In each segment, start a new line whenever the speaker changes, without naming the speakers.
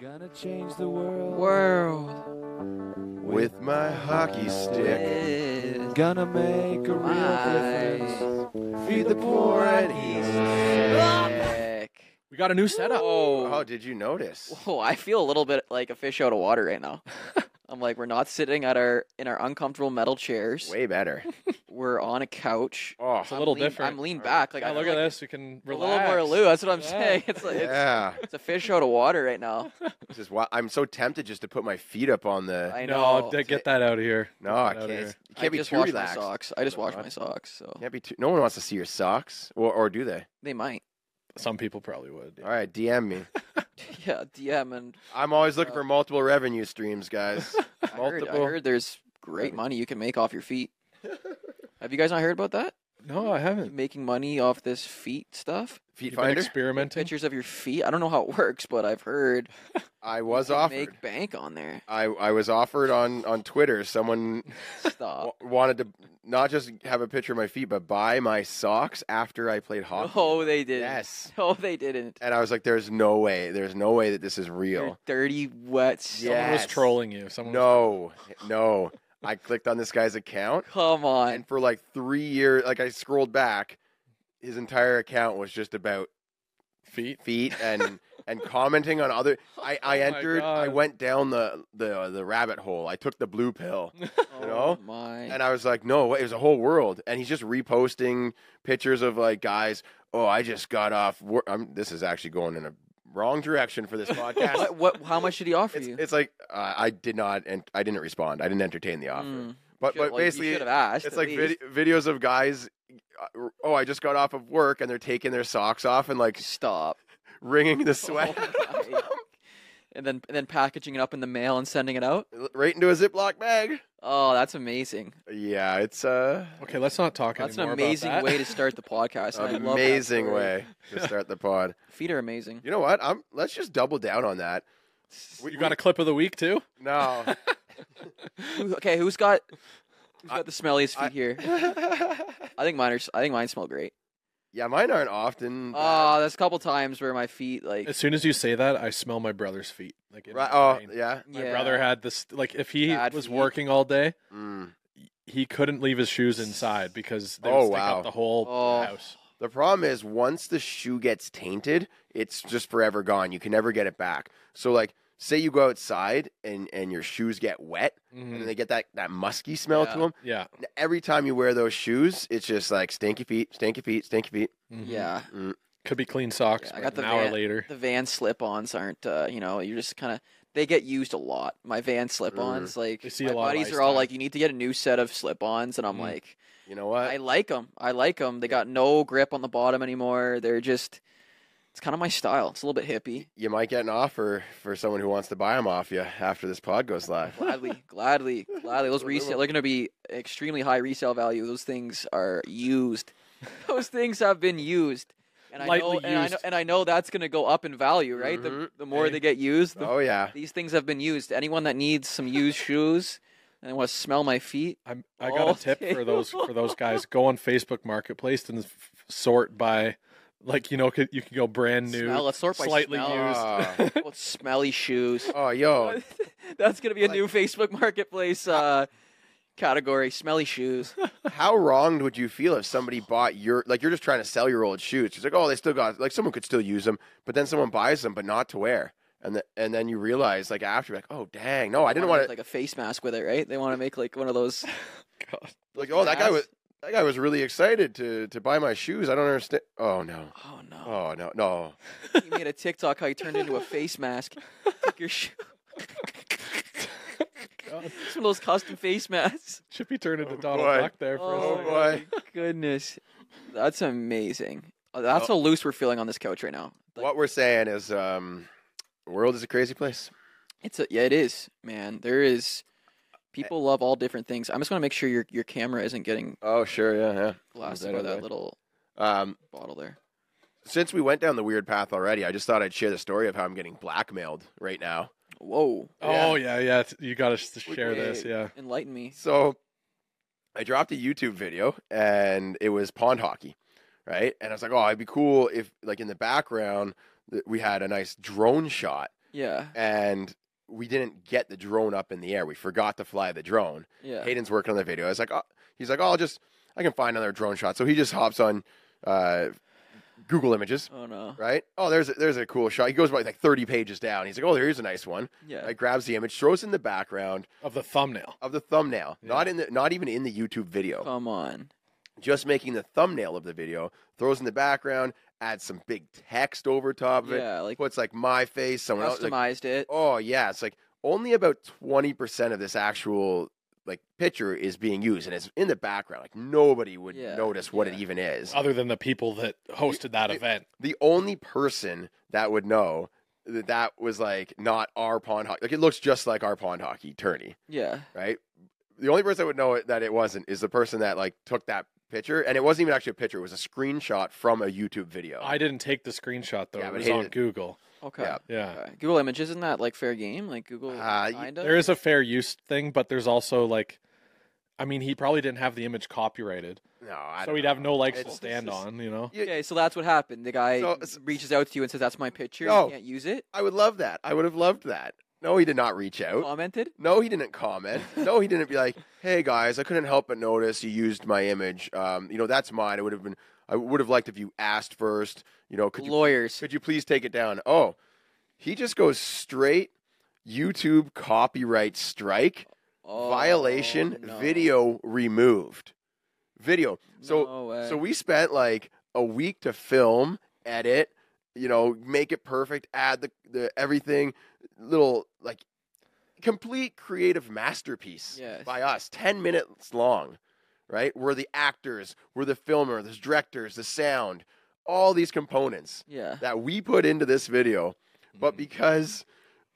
gonna change the world.
World
with my hockey stick.
is
Gonna make a
My-
real difference.
Feed the poor and ease.
sick.
We got a new setup.
Oh,
Oh, did you notice?
Whoa, I feel a little bit like a fish out of water right now. I'm like, we're not sitting at our in our uncomfortable metal chairs.
Way better.
We're on a couch.
Oh,
It's a little
I'm lean-
different. Oh.
I'm lean back. Like
Yeah,
I
look
feel
at
like
this. We can
I'm
relax.
A little more loose. That's what I'm
Yeah.
saying. It's like it's,
yeah.
it's a fish out of water right now.
This is why I'm so tempted just to put my feet up on the.
I know.
No, d- get that out of here.
No, I
Get that out
can't.
of
You
here.
can't
I
be
just
too
washed
relaxed.
my socks. I just
Oh,
washed
God.
my socks, so
Can't be too. No one wants to see your socks, or or do they?
they might.
Some people probably would.
All right, DM me.
Yeah, DM and
I'm always looking
Uh,
for multiple revenue streams, guys.
I heard, I
Multiple.
heard there's great money you can make off your feet. Have you guys not heard about that?
No, I haven't.
Making money off this feet stuff?
Feet
You've been
finder.
experimenting.
Pictures of your feet. I don't know how it works, but I've heard
I was
you can
offered.
make bank on there.
I, I was offered on, on Twitter. Someone
Stop.
w- wanted to not just have a picture of my feet, but buy my socks after I played hockey.
No, they didn't.
yes.
No, they didn't.
And I was like, "There's no way. There's no way that this is real."
Your dirty, wet,
Yeah.
socks.
Someone was
Yes.
trolling you. Someone was-
No, no. I clicked on this guy's account,
Come on.
and for like three years, like I scrolled back, his entire account was just about
feet.
feet and and commenting on other. I, I
Oh my
entered. I
God.
went down the the the rabbit hole. I took the blue pill.
oh,
know?
my.
And I was like, no, it was a whole world. And he's just reposting pictures of like guys. Oh, I just got off. Work. I'm, this is actually going in a wrong direction for this podcast.
what, what? How much did he offer
it's,
you?
it's like uh, I did not, and I didn't respond. I didn't entertain the offer.
Mm.
but
Should-
but
well, you
basically,
should have asked.
it's
at
like
least.
vid- videos of guys. uh, Oh, I just got off of work, and they're taking their socks off and like
Stop.
wringing the
Oh
sweat
my. and then and then packaging it up in the mail and sending it out.
right into a Ziploc bag.
Oh, that's amazing.
Yeah, it's uh,
Okay, let's not talk
That's an
anymore about
amazing
that.
way to start the podcast. and I love that
amazing
story.
way to start the pod.
Feet are amazing.
You know what? I'm. Let's just double down on that.
you got a clip of the week too?
No.
Who- okay, who's got who's
I-
got the smelliest feet
I-
here? I think mine are. s- I think mine smell great.
yeah, mine aren't
Mm.
often.
Oh, there's a couple times where my feet like
As soon as you say that, I smell my brother's feet. Like in
right,
my
oh,
brain.
yeah.
my
yeah.
brother had this. Like if he
Bad
was
feet.
working all day,
Mm.
he couldn't leave his shoes inside because they
Oh,
would stick
wow.
up the whole
Oh.
house.
The problem is, once the shoe gets tainted, it's just forever gone. You can never get it back. So, like, say you go outside and and your shoes get wet, and
Mhm.
then they get that that musky smell to 'em. to
Hmm. Yeah.
them.
Yeah.
Every time you wear those shoes, it's just like stinky feet, stinky feet, stinky feet.
Mhm.
Yeah,
Could be clean socks.
Yeah, I got
but an
the
hour
van-
later.
the van slip-ons aren't. Uh, you know, you're just kind of they get used a lot. My van slip-ons, like
They see
my
a lot of
buddies
ice
are all
time.
like, you need to get a new set of slip-ons, and I'm
Mhm.
like,
You know what?
I like them. I like them. They got no grip on the bottom anymore. They're just. It's kind of my style. It's a little bit hippie.
you might get an offer for someone who wants to buy them off you after this pod goes live.
Gladly, gladly, gladly. Those
Well, they
resale
will.
they're going to be extremely high resale value. Those things are used. Those things have been used. And I know,
Lightly
and I know,
used. Mm-hmm.
and I know that's going to go up in value, right? The,
Mhm.
the more
Hey.
they get used, the,
Oh yeah.
these things have been used. Anyone that needs some used shoes and they want to smell my feet,
I'm, I got
Oh,
a tip
Okay.
for those for those guys. Go on Facebook Marketplace and f- sort by, like you know, could- you can go brand new,
smell. Let's sort by
slightly
smell.
Oh.
Oh, smelly shoes.
oh, yo,
that's going to be a
Like-
new Facebook Marketplace uh, category. Smelly shoes.
how wronged would you feel if somebody bought your like you're just trying to sell your old shoes? She's like, oh, they still got like someone could still use them, but then someone buys them, but not to wear, and the, and then you realize like after like, oh dang, no, I didn't want to like,
like a face mask with it, right? They want to make like one of those
God.
oh that guy
mask.
was that guy was really excited to to buy my shoes. I don't understand. Oh no,
Oh no!
oh no, no.
He made a TikTok how he turned into a face mask. Took your shoe.
God.
It's one of those custom face masks.
Chippy turned into
Oh,
Donald
boy.
Duck there for
Oh,
a second.
boy.
my goodness, that's amazing. Oh, That's how loose we're feeling on this couch right now. Like-
what we're saying is, um, the world is a crazy place.
It's a, yeah, it is, man. There is people love all different things. I'm just gonna make sure your your camera isn't getting
Oh sure, yeah, yeah.
blasted
that
by
out of the
that
way?
little
Um,
bottle there.
since we went down the weird path already, I just thought I'd share the story of how I'm getting blackmailed right now.
Whoa!
Oh yeah, yeah. it's- You got to
We-
share this.
Hey,
Yeah.
enlighten me.
So I dropped a YouTube video and it was pond hockey, right? And I was like, oh, it'd be cool if, like, in the background, th- we had a nice drone shot
Yeah.
and we didn't get the drone up in the air. We forgot to fly the drone.
Yeah.
Hayden's working on the video. I was like, oh, he's like, oh, I'll just, I can find another drone shot. So he just hops on uh, Google Images,
Oh no.
right? Oh, there's a, there's a cool shot. He goes about like 30 pages down. He's like, oh, there's a nice one.
Yeah.
I grabs the image, throws it in the background
of the thumbnail.
of the thumbnail, not in the, not even in the YouTube video,
Come on.
just making the thumbnail of the video, throws in the background, adds some big text over top of
Yeah,
it,
like
puts like my face, someone else, like,
customized it.
Oh yeah, it's like only about twenty percent of this actual like picture is being used, and it's in the background. Like nobody would
Yeah,
notice what
yeah. Uh,
it even is.
Other than the people that hosted that
it-
event,
The only person that would know that that was like not our pond hockey. Like it looks just like our pond hockey tourney,
Yeah.
right? The only person that would know it, that it wasn't is the person that like took that picture, and it wasn't even actually a picture. It was a screenshot from a YouTube video.
I didn't take the screenshot though.
oh. Yeah,
it
but Uh,
was
Hayden-
on Google.
Okay.
Yeah.
Yeah.
Okay. uh, Google Images isn't that like fair game? Like Google
Uh, y-
kinda?
There is a fair use thing, but there's also like, I mean, he probably didn't have the image copyrighted,
no, I
so
don't
he'd have
know.
no legs to
It's-
stand on. You know,
Okay, so that's what happened. The guy
So- s-
reaches out to you and says, "That's my picture.
No.
You can't use it."
I would love that. I would have loved that. No, he did not reach out.
Commented.
No, he didn't comment. No, he didn't be like, "Hey guys, I couldn't help but notice you used my image. Um, you know, that's mine. I would have been, I would have liked if you asked first. You know, could you,
Lawyers.
could you please take it down?" Oh, he just goes straight YouTube copyright strike,
Oh,
violation,
no.
video removed, video. So,
No way.
so we spent like a week to film, edit, you know, make it perfect, add the, the everything, little like complete creative masterpiece
Yes.
by us, 10 minutes long, right? We're the actors, we're the filmer, the directors, the sound, all these components
yeah.
that we put into this video,
Mm-hmm.
but because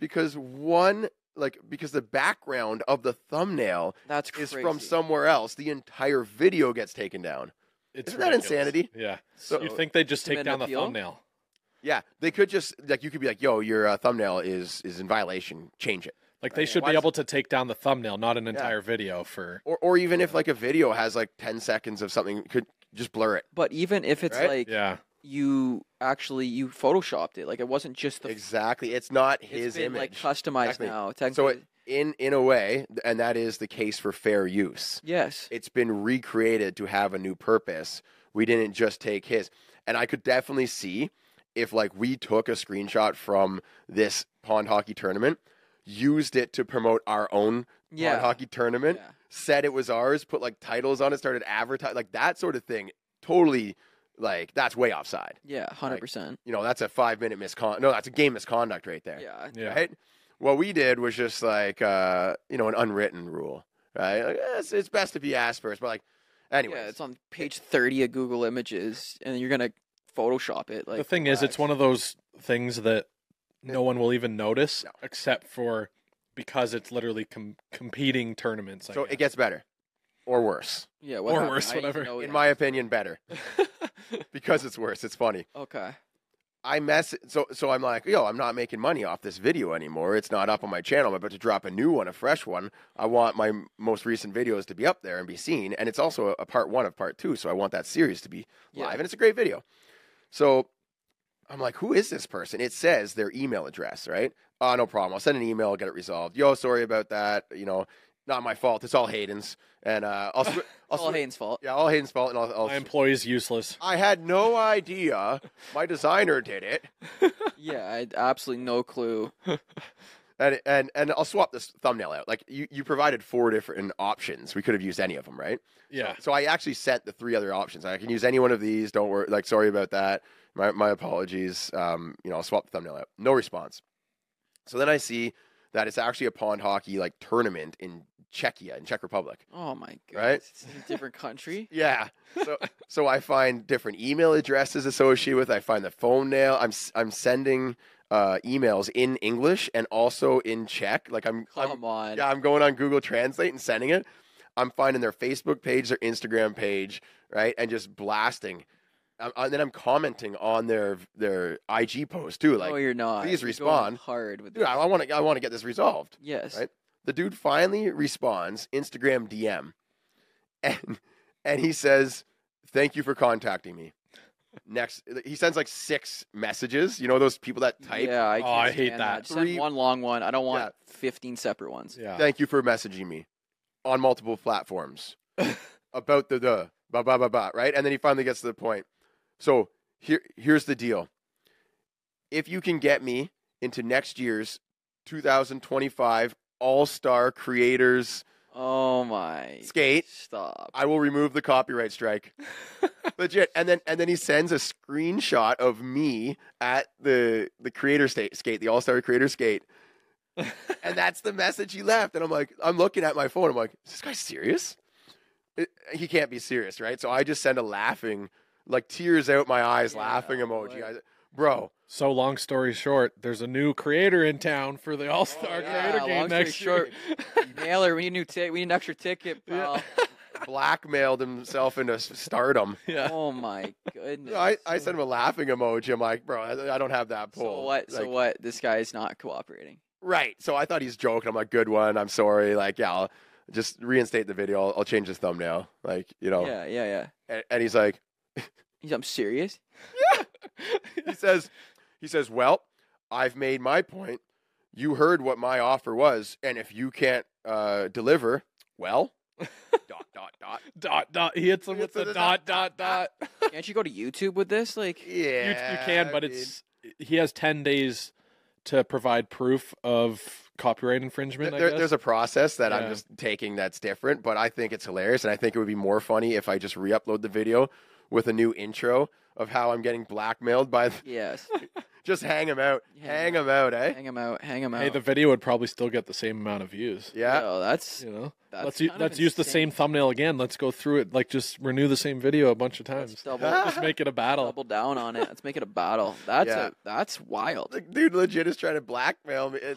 because one like because the background of the thumbnail
That's crazy.
is from somewhere else, the entire video gets taken down.
it's
Isn't that
ridiculous.
insanity?
Yeah.
So-
you think they just take
Submit
down
an
the
appeal?
thumbnail?
Yeah, they could just like you could be like, "Yo, your uh, thumbnail is is in violation. Change it."
Like they
Right.
should
Why
be
does-
able to take down the thumbnail, not an entire video for.
Or or even if like a video has like ten seconds of something, could just blur it.
But even if it's
Right?
like
Yeah.
you actually you photoshopped it, like it wasn't just the
Exactly, it's not
it's
his
been, like
image.
customized
Exactly.
now. Technically,
so it, in in a way, and that is the case for fair use.
yes,
It's been recreated to have a new purpose. We didn't just take his, and I could definitely see if like we took a screenshot from this pond hockey tournament, used it to promote our own
yeah,
pond hockey tournament.
yeah.
said it was ours, put like titles on it, started advertising, like that sort of thing. Totally, like that's way offside.
yeah, hundred percent.
You know, that's a five minute miscon. No, that's a game misconduct right there.
Yeah,
Yeah.
Right. What we did was just like uh, you know an unwritten rule, right? Like, eh, it's, it's best if you ask first, but like, anyways, Eh
yeah. It's on page thirty of Google Images, and you're gonna Photoshop it.
the
Like,
thing is,
relax.
it's one of those things that no one will even notice
No.
except for because it's literally com- competing tournaments. I
so it
guess.
gets better or worse,
yeah, what
or
happened?
worse,
I didn't
whatever.
know
in
that.
my opinion, better because it's worse. It's funny.
okay,
I mess so so I'm like, yo, I'm not making money off this video anymore. It's not up on my channel. I'm about to drop a new one, a fresh one. I want my m- most recent videos to be up there and be seen, and it's also a, a part one of part two. So I want that series to be
Yeah.
live, and it's a great video. So I'm like, who is this person? It says their email address, right? Oh, no problem. I'll send an email, get it resolved. Yo, sorry about that. You know, not my fault. It's all Hayden's, and uh, I'll sw- I'll
it's all
sw-
Hayden's fault.
yeah, all Hayden's fault, and I'll. I'll
My employee's useless.
I had no idea. My designer did it.
Yeah, I had absolutely no clue.
And and and I'll swap this thumbnail out. Like you, you provided four different options. We could have used any of them, right?
Yeah.
So I actually sent the three other options. I can use any one of these. Don't worry. Like sorry about that. My my apologies. Um, you know, I'll swap the thumbnail out. No response. So then I see that it's actually a pond hockey like tournament in Czechia in Czech Republic.
Oh my god,
Right?
It's a different country.
Yeah. So so I find different email addresses associated with. it. I find the phone nail. I'm s- I'm sending uh, emails in English and also in Czech. Like I'm I'm
Come on.
Yeah, I'm going on Google Translate and sending it. I'm finding their Facebook page, their Instagram page, right, and just blasting. Um, and then I'm commenting on their their IG post too. Like,
no, you're not.
please
You're going
respond.
hard with
dude,
this.
I want to I want to get this resolved.
yes.
right? The dude finally responds Instagram DM, and and he says, "Thank you for contacting me." next. He sends like six messages. You know those people that type.
Yeah, I,
Oh,
can't
I hate
stand
that.
Just Send
Three-
one long one. I don't want 15 separate ones.
Yeah.
Thank you for messaging me on multiple platforms about the the ba ba ba ba right, and then he finally gets to the point. So here here's the deal. If you can get me into next year's 2025 All Star Creators
Oh my.
Skate,
Stop.
I will remove the copyright strike. Legit. And then and then he sends a screenshot of me at the the creator state skate, the all-star creator skate. and that's the message he left. And I'm like, I'm looking at my phone. I'm like, is this guy serious? It- he can't be serious, right? So I just send a laughing, like tears out my eyes,
Yeah, oh,
laughing emoji.
what?
I, bro,
So long story short, there's a new creator in town for the All Star
Oh, yeah,
Creator
long
Game
story
next year.
short. Mailer, we need a new ticket. We need an extra ticket, pal.
blackmailed himself into s- stardom.
yeah.
Oh my goodness.
I, I sent him a laughing emoji. I'm like, bro, I, I don't have that pull.
So what? So
Like,
what? This guy is not cooperating.
Right. So I thought he's joking. I'm like, good one. I'm sorry. Like, yeah, I'll just reinstate the video. I'll, I'll change the thumbnail. Like, you know.
Yeah, yeah, yeah.
And, and he's like,
He's, I'm serious.
he says, he says, well, I've made my point. You heard what my offer was, and if you can't uh, deliver, well, dot dot dot.
Dot dot. He hits him with
Hits
the dot dot dot.
Can't you go to YouTube with this? Like,
You,
Yeah,
you can,
I
but
mean,
it's he has ten days to provide proof of copyright infringement. I
there-
guess.
there's a process that I'm
Yeah.
just taking that's different, but I think it's hilarious, and I think it would be more funny if I just re-upload the video with a new intro of how I'm getting blackmailed by the,
yes.
Just hang him out.
Yeah.
Hang him out, eh?
hang him out. Hang him out.
hey, the video would probably still get the same amount of views.
Yeah.
Yo, that's,
You know,
that's
let's u-
kind of
let's use the
insane.
same thumbnail again. Let's go through it. Like just renew the same video a bunch of
Let's
times.
double,
Just make it a battle.
double down on it. Let's make it a battle. That's
Yeah.
a, that's wild.
Like, dude legit is trying to blackmail me. It-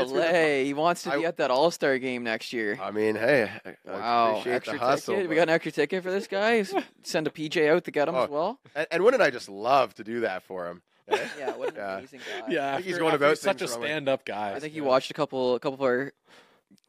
Holy, he wants to be
I-
at that All Star game next year.
I mean, hey, I I
Wow,
appreciate
extra
the hustle.
ticket. We got
but-
an extra ticket for this guy. S- Send a PJ out to get him as
Oh.
well.
and, and wouldn't I just love to do that for him? eh?
Yeah, what an
Yeah.
amazing guy.
Yeah,
think he's
after-
going
after
about
such a
things wrong.
stand-up guy.
I think he
Yeah.
watched a couple, a couple of our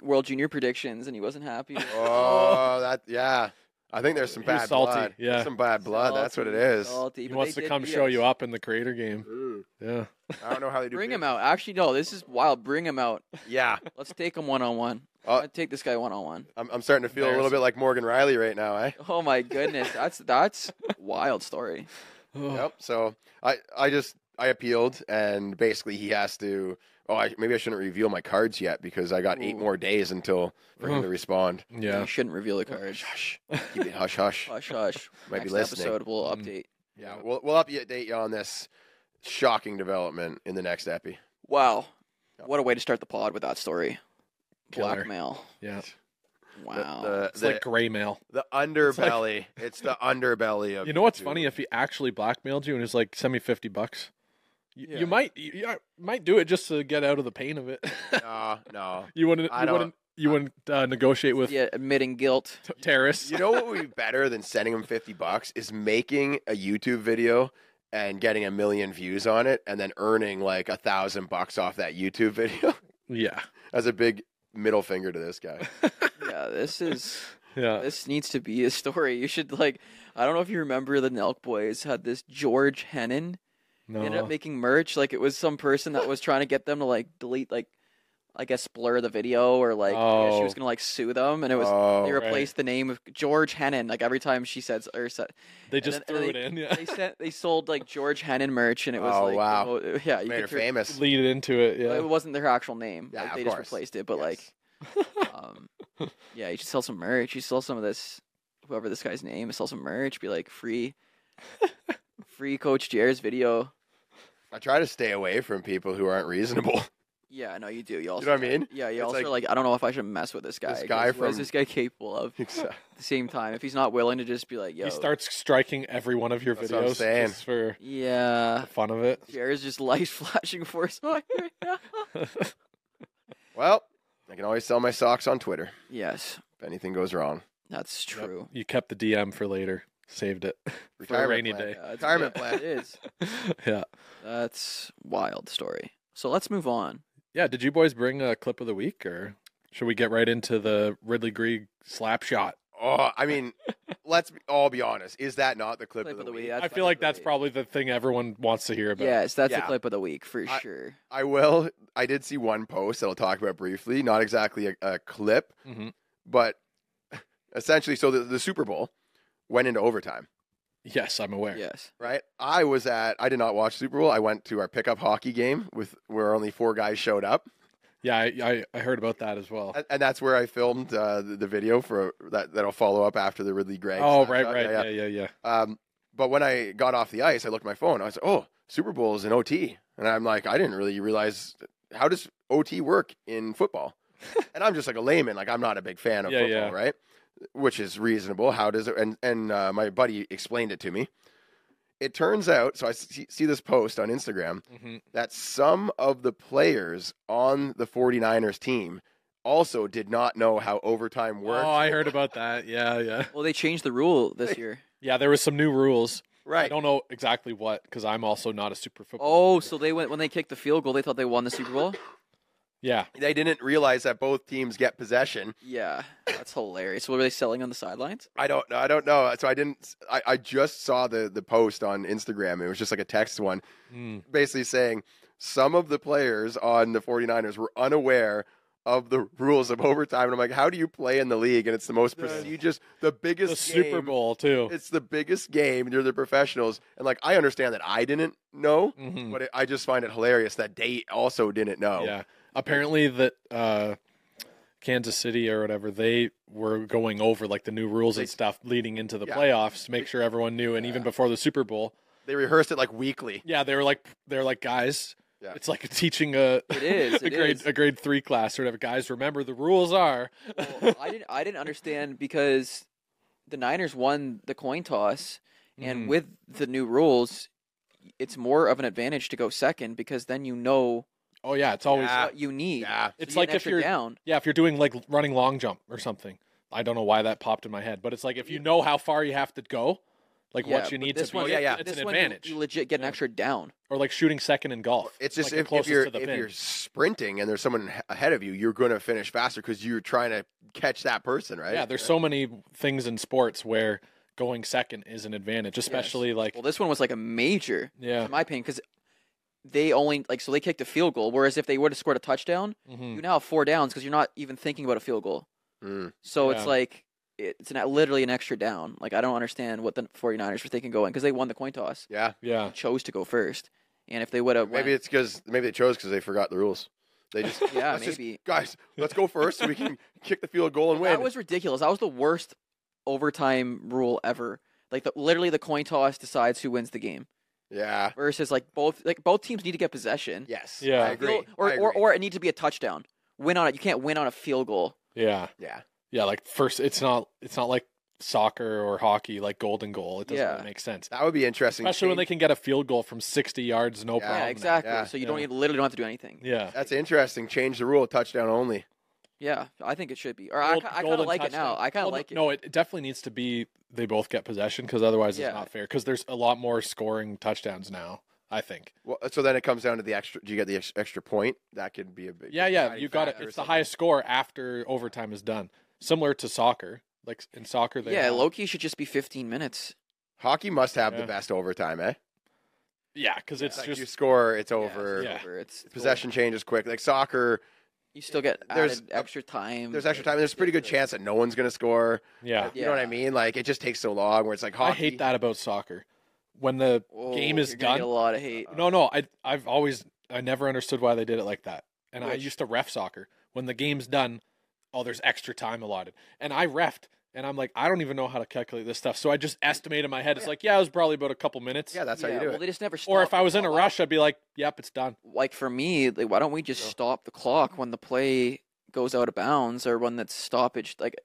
World Junior predictions, and he wasn't happy.
oh, that yeah. I think there's some
He was
bad
salty,
blood. There's
yeah.
some bad blood. That's what it is.
He wants to come show you up in the creator game.
Ooh,
Yeah.
I don't know how they do.
Bring him
big-
out. Actually, no, this is wild. Bring him out.
Yeah,
Let's take him one on one.
Uh,
Take this guy one on one.
I'm, I'm starting to feel a little bit like Morgan Riley right now, eh?
Oh my goodness, that's that's wild story.
Oh.
Yep. So I, I just I appealed, and basically he has to. Oh, I, maybe I shouldn't reveal my cards yet because I got eight
Ooh.
more days until for him to respond.
You
Yeah.
shouldn't reveal the card.
Hush, keep it hush, hush.
Hush, hush.
Might be
Next
listening.
episode, we'll
Mm.
update.
Yeah, we'll we'll update you on this shocking development in the next epi.
Wow,
Yep.
what a way to start the pod with that story.
Killer.
Blackmail.
Yeah.
The-
Wow.
The,
It's
the,
like gray mail.
the underbelly. It's the underbelly of
You know what's
YouTube.
funny? If he actually blackmailed you and was like, "Send me fifty bucks," you,
Yeah.
you might you, you might do it just to get out of the pain of it.
No, no.
you wouldn't.
I
You
don't-
wouldn't. You wouldn't uh, negotiate with
yeah, admitting guilt.
t- terrorists.
You know what would be better than sending him fifty bucks is making a YouTube video and getting a million views on it and then earning like a thousand bucks off that YouTube video
yeah.
as a big middle finger to this guy.
Yeah, this is
Yeah.
this needs to be a story. You should like. I don't know if you remember the Nelk Boys had this George Hennon. They ended
No.
up making merch. Like it was some person that was trying to get them to like delete like. I guess blur the video or like I guess she was
Oh.
gonna like sue them and it was
oh,
they
right.
replaced the name of George Hennon. Like every time she says or said,
They just
and then-
threw
and
it in. Yeah.
they sent they sold like George Hennon merch and it was
Oh,
like the
wow.
mo- yeah you
made her
could tr-
famous.
Lead it into it.
but
Yeah.
it wasn't their actual name
Yeah,
like,
of
they just
course.
replaced it but
Yes.
like um yeah you should sell some merch you should sell some of this whoever this guy's name sell some merch be like free free Coach Jair's video
I try to stay away from people who aren't reasonable.
yeah no you do you also
know what I mean?
yeah you
It's
also
like-
are like I don't know if I should mess with this guy
This guy
'cause what is
from-
this guy capable of at the same time if he's not willing to just be like yo
He starts striking every one of your
That's what I'm
videos
saying.
just for
yeah
the fun of it.
Jair's just light flashing for us right now.
well, I can always sell my socks on Twitter
yes
if anything goes wrong.
that's
Yep.
true.
You kept the DM for later. Saved it for a
Retirement
rainy
plan.
day.
Yeah, it's-
Retirement
yeah,
plan.
It is.
yeah.
That's wild story. So let's move on.
Yeah, did you boys bring a clip of the week or should we get right into the Ridley Greig slap shot?
Oh, I mean, let's be, all be honest. Is that not the clip,
Clip
of the week?
that's
I feel
fucking
like that's
great.
probably the thing everyone wants to hear about.
Yes, that's the
Yeah.
clip of the week for
I-
sure.
I will. I did see one post that I'll talk about briefly. Not exactly a, a clip,
hmm
but essentially, so the, the Super Bowl went into overtime,
Yes, I'm aware.
Yes.
right? I was at. I did not watch Super Bowl. I went to our pickup hockey game with where only four guys showed up,
Yeah, I, I, I heard about that as well.
and, and that's where I filmed uh, the, the video for that. That'll follow up after the Ridley Gregg.
oh, right,
snapshot.
right.
Yeah,
Yeah,
yeah.
yeah, yeah.
Um, but when I got off the ice, I looked at my phone. I was like, "Oh, Super Bowl is in OT," and I'm like, "I didn't really realize how does OT work in football." and I'm just like a layman, like I'm not a big fan of
Yeah,
football,
yeah.
right? Which is reasonable. How does it? And and uh, my buddy explained it to me. It turns out, so I see, see this post on Instagram
Mhm.
that some of the players on the 49ers team also did not know how overtime worked.
Oh, I heard about that. Yeah, yeah.
Well, they changed the rule this year.
Yeah, there was some new rules. I
right.
don't know exactly what because I'm also not a super football.
Oh, so they went when they kicked the field goal, they thought they won the Super Bowl.
yeah.
They didn't realize that both teams get possession
Yeah, that's hilarious. What were they selling on the sidelines?
I don't know. I don't know. So I didn't. I, I just saw the the post on Instagram. It was just like a text one,
Mm.
basically saying some of the players on the 49ers were unaware of the rules of overtime. And I'm like, how do you play in the league? And it's the most
The-
prestigious, the biggest
The Super
game.
Bowl too.
It's the biggest game. You're the professionals, and like I understand that I didn't know,
hmm
but it, I just find it hilarious that they also didn't know.
Yeah. Apparently that uh, Kansas City or whatever they were going over like the new rules and stuff leading into the
Yeah.
playoffs to make sure everyone knew, and even before the Super Bowl.
They rehearsed it like weekly.
Yeah, they were like they're like guys.
Yeah.
It's like teaching a
It is,
a
it
grade
is.
a grade three class or whatever. Guys, remember the rules are.
Well, I didn't. I didn't understand because the Niners won the coin toss, and
Mhm.
with the new rules, it's more of an advantage to go second because then you know
Oh yeah, it's always
Yeah.
what you need.
Yeah.
So you
It's
get
like
an
if
extra
you're-
down.
Yeah, if you're doing like running long jump or something. I don't know why that popped in my head, but it's like if you know how far you have to go, like
Yeah,
what you
but
need
this
to be, Oh,
one-
Yeah, yeah.
it's
this
an
one you-
advantage.
You, legit get an
Yeah.
extra down.
or like shooting second in golf.
It's just
like the
if, if
closest
you're
to the
if
pin.
you're sprinting and there's someone h- ahead of you, you're going to finish faster because you're trying to catch that person, right?
yeah, there's so many things in sports where going second is an advantage, especially like
Well, this one was like a major,
yeah,
in my opinion, because they only like so they kicked a field goal, whereas if they would have scored a touchdown,
mhm.
Hmm.
you now have four downs because you're not even thinking about a field goal.
Mm.
So
Yeah.
it's like it's an, literally an extra down. Like I don't understand what the 49ers were thinking going because they won the coin toss,
yeah.
yeah.
chose to go first, and if they would have
Maybe it's because maybe they chose because they forgot the rules. They just
yeah,
let's just-
maybe
guys, let's go first so we can kick the field goal and win.
that was ridiculous. That was the worst overtime rule ever. Like the, literally the coin toss decides who wins the game
yeah.
versus like both like both teams need to get possession.
Yes.
Yeah.
I agree.
Field- Or,
I
or
agree.
or it needs to be a touchdown. Win on it. You can't win on a field goal.
yeah,
yeah.
yeah. Like first, it's not it's not like soccer or hockey, like golden goal. It doesn't
Yeah.
really make sense,
That would be interesting.
especially when they can get a field goal from 60 yards, no
Yeah,
problem.
Yeah,
there.
exactly.
Yeah,
so you don't
yeah.
need, literally don't have to do anything.
Yeah,
That's interesting. Change the rule, touchdown only.
Yeah, I think it should be. Or
Gold-
I, ki- I kind
golden
of like it now.
touchdown.
I kind
Well,
of
no-
like it.
No, it definitely needs to be they both get possession because otherwise
Yeah.
it's not fair. Because there's a lot more scoring touchdowns now. I think.
Well, uh, so then it comes down to the extra. Do you get the ex- extra point? That could be a big.
Yeah, yeah,
deciding
you got it.
factor or
It's the
something.
highest score after overtime is done. Similar to soccer, like in soccer, they
Yeah,
have-
Loki should just be 15 minutes.
Hockey must have
Yeah.
the best overtime, eh?
yeah, because it's
Like,
just
you score, it's
Yeah, it's
over.
Yeah.
over. It's it's
Possession changes quick. Like soccer,
over. You still get
There's
added
a-
extra time.
there's extra time. There's a pretty good chance that no one's going to score.
yeah.
You know what I
Yeah.
mean? Like it just takes so long. Where it's like hockey.
I hate that about soccer. When the
Whoa,
game is
you're gonna get
done-
a lot of hate.
Uh,
no, no, I I've always I never understood why they did it like that. And I
Which?
used to ref soccer. When the game's done, oh, there's extra time allotted, and I refed. And I'm like, I don't even know how to calculate this stuff. So I just estimate in my head. It's like, yeah, it was probably about a couple minutes.
Yeah, that's
yeah,
how you do
well,
it.
they just never. Stop
or if I was
the
in a
clock.
rush, I'd be like, yep, it's done.
like for me, like, why don't we just
Yeah.
stop the clock when the play goes out of bounds or when that's stoppage? Like,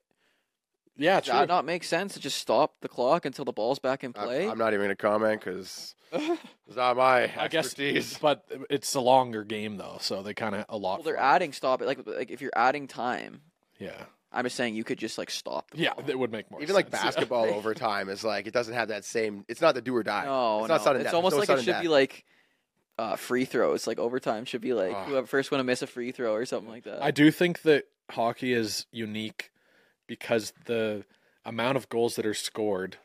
Yeah,
does
true.
that not make sense to just stop the clock until the ball's back in
I'm-
play?
I'm, not even going to comment because it's not my
I guess,
expertise.
but it's a longer game though, so they kind of a lot.
well, they're adding stop it. Like, like if you're adding time,
Yeah,
I'm just saying you could just like stop. The
yeah,
ball.
that would make more.
Even like
sense, yeah.
basketball overtime is like it doesn't have that same. It's not the do or die.
No,
it's
no.
not sudden
it's
death.
almost like
There's no
it
sudden
should
death.
be like uh, free throws. Like overtime should be like
Ugh.
whoever first one to miss a free throw or something like that.
I do think that hockey is unique because the amount of goals that are scored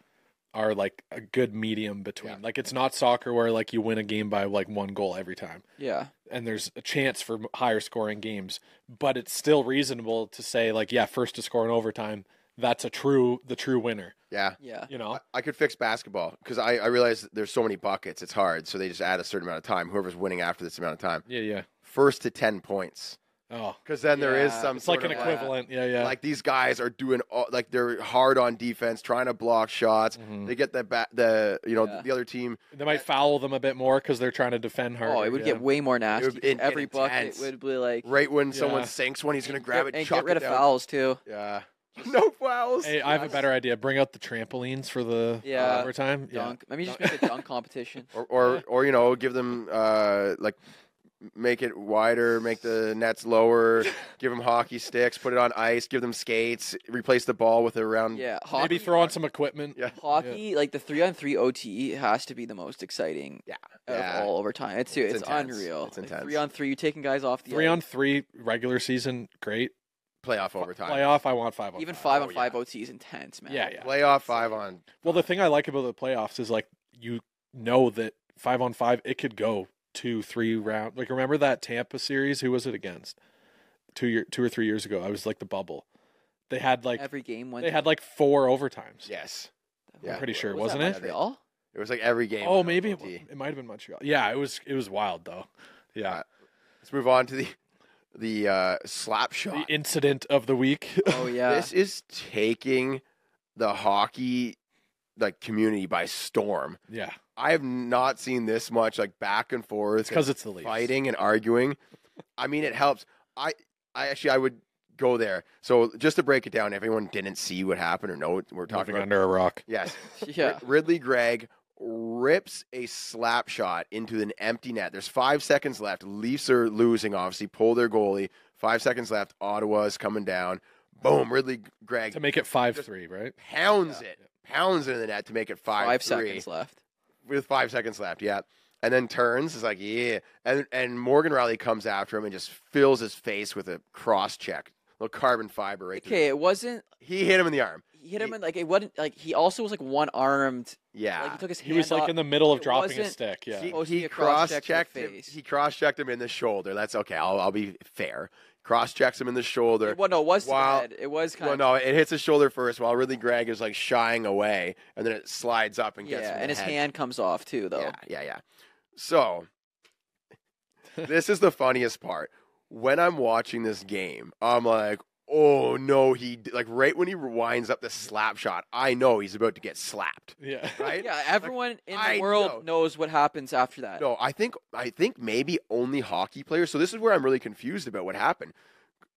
are like a good medium between. Like it's not soccer where like you win a game by like one goal every time,
Yeah.
and there's a chance for m- higher scoring games, but it's still reasonable to say like yeah, first to score in overtime, that's a true the true winner.
Yeah.
Yeah.
You know,
I, I could fix basketball because I, I realize that there's so many buckets. It's hard. So they just add a certain amount of time. Whoever's winning after this amount of time,
yeah, yeah.
first to 10 points.
Oh,
Because then there is
Yeah,
some
it's like
sort
an
of, uh,
equivalent. Yeah, yeah.
Like these guys are doing all, like they're hard on defense, trying to block shots.
Mhm.
They get that back, the you know
Mm-hmm. Yeah.
the other team.
They might foul them a bit more because they're trying to defend harder.
Oh, it would
yeah.
get way more nasty.
would get
Every bucket
intense.
would be like
Right when someone
Yeah.
sinks one, he's gonna grab it,
and
chuck
get rid
it
of
down.
fouls too.
Yeah, no fouls.
Hey, I have a better idea. Bring out the trampolines for the
Yeah.
overtime. Yeah.
Dunk. I mean, just make a dunk competition.
or or or you know give them uh like make it wider make the nets lower give them hockey sticks put it on ice give them skates replace the ball with a round
Yeah.
Maybe
Hockey.
throw on some equipment.
Yeah.
Hockey, like the three on three OT, has to be the most exciting
Yeah.
of
Yeah.
all over time. It's, it's,
It's intense.
unreal.
It's
Like,
intense.
three on three, you're taking guys off the
Three
ice.
on three regular season, great.
playoff overtime
Playoff, I want five on
even
five.
five
Oh,
on five OT is intense, man.
Yeah, yeah.
playoff five on
Well, the thing I like about the playoffs is like you know that five on five it could go two, three round. Like remember that Tampa series? Who was it against? Two year, two or three years ago. I was like the bubble. They had like
Every game went.
they had like four overtimes.
yes
I'm
yeah.
pretty sure,
Was
wasn't
that
it?
Montreal?
it was like every game
Oh,
went
maybe it,
OT.
wa- it might have been Montreal. Yeah, it was. It was wild though. Yeah,
let's move on to the the uh slap
the uh,
shot
incident of the week.
Oh yeah.
this is taking the hockey like community by storm
yeah,
i have not seen this much like back and forth
it's because it's the Leafs.
fighting and arguing. I mean, it helps. I, I actually, I would go there. So just to break it down, if anyone didn't see what happened or know what we're
Living
talking about,
under a rock.
yes,
yeah.
Rid- Ridley Gregg rips a slap shot into an empty net. There's five seconds left. Leafs are losing. Obviously, pull their goalie. Five seconds left. Ottawa's coming down. Boom! Ridley Gregg
To make it five three, right?
pounds it, pounds it in the net to make it five
Five
three
seconds left.
with five seconds left. Yeah. And then turns is like, yeah. And and Morgan Riley comes after him and just fills his face with a cross check. Little carbon fiber right
Okay,
there.
it wasn't.
He hit him in the arm.
He hit him
He-
in like it wasn't like he also was like one armed.
Yeah.
Like he took his
He was
hand
like
off-
in the middle of
it
dropping a
wasn't-
stick. Yeah,
He-
Supposed to
he,
be a
cross
cross-check to the
checked him.
face.
He cross checked him in the shoulder. That's okay. I'll I'll be fair. Cross checks him in the shoulder.
Well, no, it was to the
While-
head. It was kind
Well,
of.
no, it hits his shoulder first while Ridley Gregg is like shying away, and then it slides up and gets
yeah,
him in
and
the
his
head.
hand comes off too, though.
Yeah, yeah, yeah. So, this is the funniest part. When I'm watching this game, I'm like, oh no, he d-" like right when he winds up the slap shot, I know he's about to get slapped,
yeah.
right?
Yeah, everyone in the
I
world
know.
knows what happens after that.
No, I think I think maybe only hockey players. So this is where I'm really confused about what happened.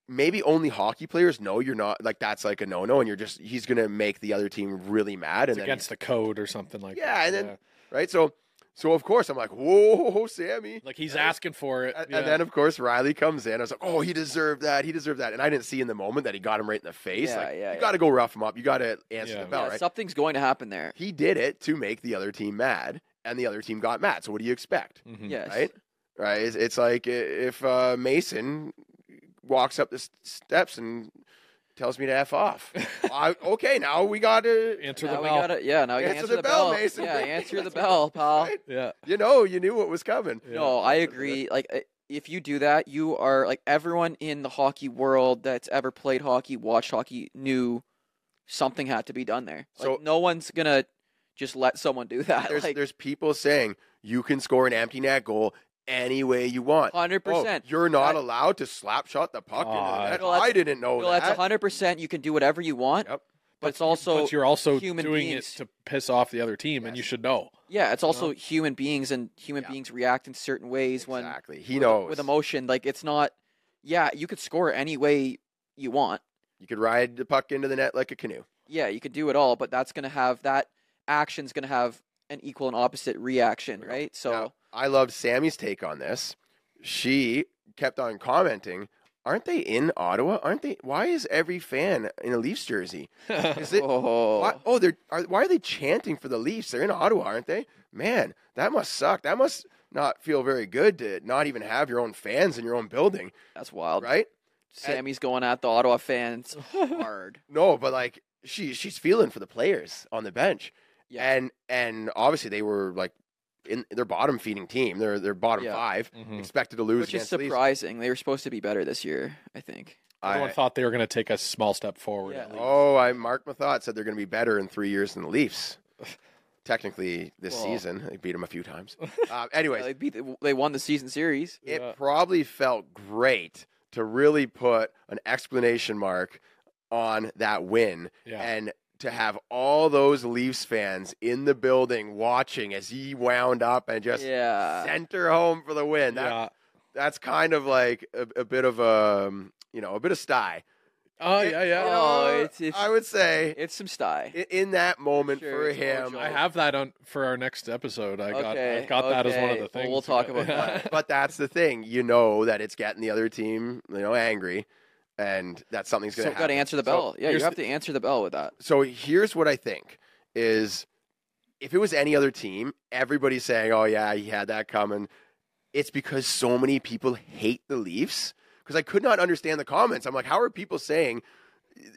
Maybe only hockey players know you're not like that's like a no no, and you're just he's gonna make the other team really mad,
It's
and then
against the code or something like
Yeah,
that.
and then- right. So so of course I'm like, whoa, Sammy,
uh,
like he's asking for it.
And,
yeah.
and then, of course, Riley comes in. I was like, "Oh, he deserved that. He deserved that." And I didn't see in the moment that he got him right in the face.
Yeah,
like,
yeah,
you
yeah.
got to go rough him up. You got to answer
Yeah.
the bell,
Yeah,
right?
something's going to happen there.
he did it to make the other team mad, and the other team got mad. So what do you expect,
Mhm.
Yes.
right? Right? It's, it's like i- if uh, Mason walks up the s- steps and tells me to f off. I, okay, now we got to.
Answer
Now
the
we
bell.
gotta, yeah, now you
Answer
answer,
the bell, Mason.
Yeah, answer the bell, pal.
Right?
Yeah.
You know, you knew what was coming.
Yeah.
No, I
That's what it
agree. Like, i- if you do that, you are like everyone in the hockey world that's ever played hockey, watched hockey, knew something had to be done there. Like,
So-
no one's gonna just let someone do that.
There's
like,
there's people saying you can score an empty net goal any way you want.
hundred
Oh,
percent.
you're not
That-
allowed to slap shot the puck. into the
Aw.
net.
Well, that's-
I didn't know
Well,
that.
that's hundred percent. You can do whatever you want,
Yep.
but it's also
but you're also
human
doing
beings.
it to piss off the other team, and you
Yes.
should know.
yeah, it's also human beings, and human
Yeah.
beings react in certain ways when
exactly. He
with-
knows.
with emotion. Like, it's not. Yeah, you could score any way you want.
you could ride the puck into the net like a canoe.
yeah, you could do it all, but that's gonna have that action's gonna have an equal and opposite reaction,
Yeah.
right? So
Now, I loved Sammy's take on this. She kept on commenting. Aren't they in Ottawa? Aren't they? Why is every fan in a Leafs jersey? Is it?
oh,
Why, oh, they're. Are, why are they chanting for the Leafs? They're in Ottawa, aren't they? Man, that must suck. That must not feel very good to not even have your own fans in your own building,
that's wild.
right?
Sammy's going at the Ottawa fans hard.
No, but like she she's feeling for the players on the bench.
Yeah.
And and obviously they were like in their bottom feeding team. They're they're bottom
Yeah. Mm-hmm.
five.
Mhm.
Expected to lose
Which is
against Leafs.
surprising. They were supposed to be better this year, I think.
Everyone
I-
thought they were going to take a small step forward.
Yeah.
at least.
oh, I Mark Mathot said they're going to be better in three years than the Leafs. Technically, this
Well.
season they beat them a few times. Uh, anyways,
They, beat the, they won the season series.
it
Yeah.
probably felt great to really put an explanation mark on that win
Yeah.
and to have all those Leafs fans in the building watching as he wound up and just
yeah.
center home for the win. That,
yeah.
That's kind of like a, a bit of a, um, you know, a bit of sty.
Oh
It-
yeah,
you
yeah.
know,
Oh, it's- it's-
I would say
It's some sty.
i- in that moment
Sure,
for
it's
him,
emotional.
I have that on for our next episode. I got I
Okay,
got that as one of
okay.
the
Well,
things.
we'll talk about that.
but that's the thing. You know that it's getting the other team, you know, angry, and that something's
So
going to
you got to
happen.
answer the
So
bell. yeah, you
here's
have to answer the bell with that.
so here's what I think is if it was any other team, everybody's saying, "Oh yeah, he had that coming." It's because so many people hate the Leafs because I could not understand the comments. I'm like, "How are people saying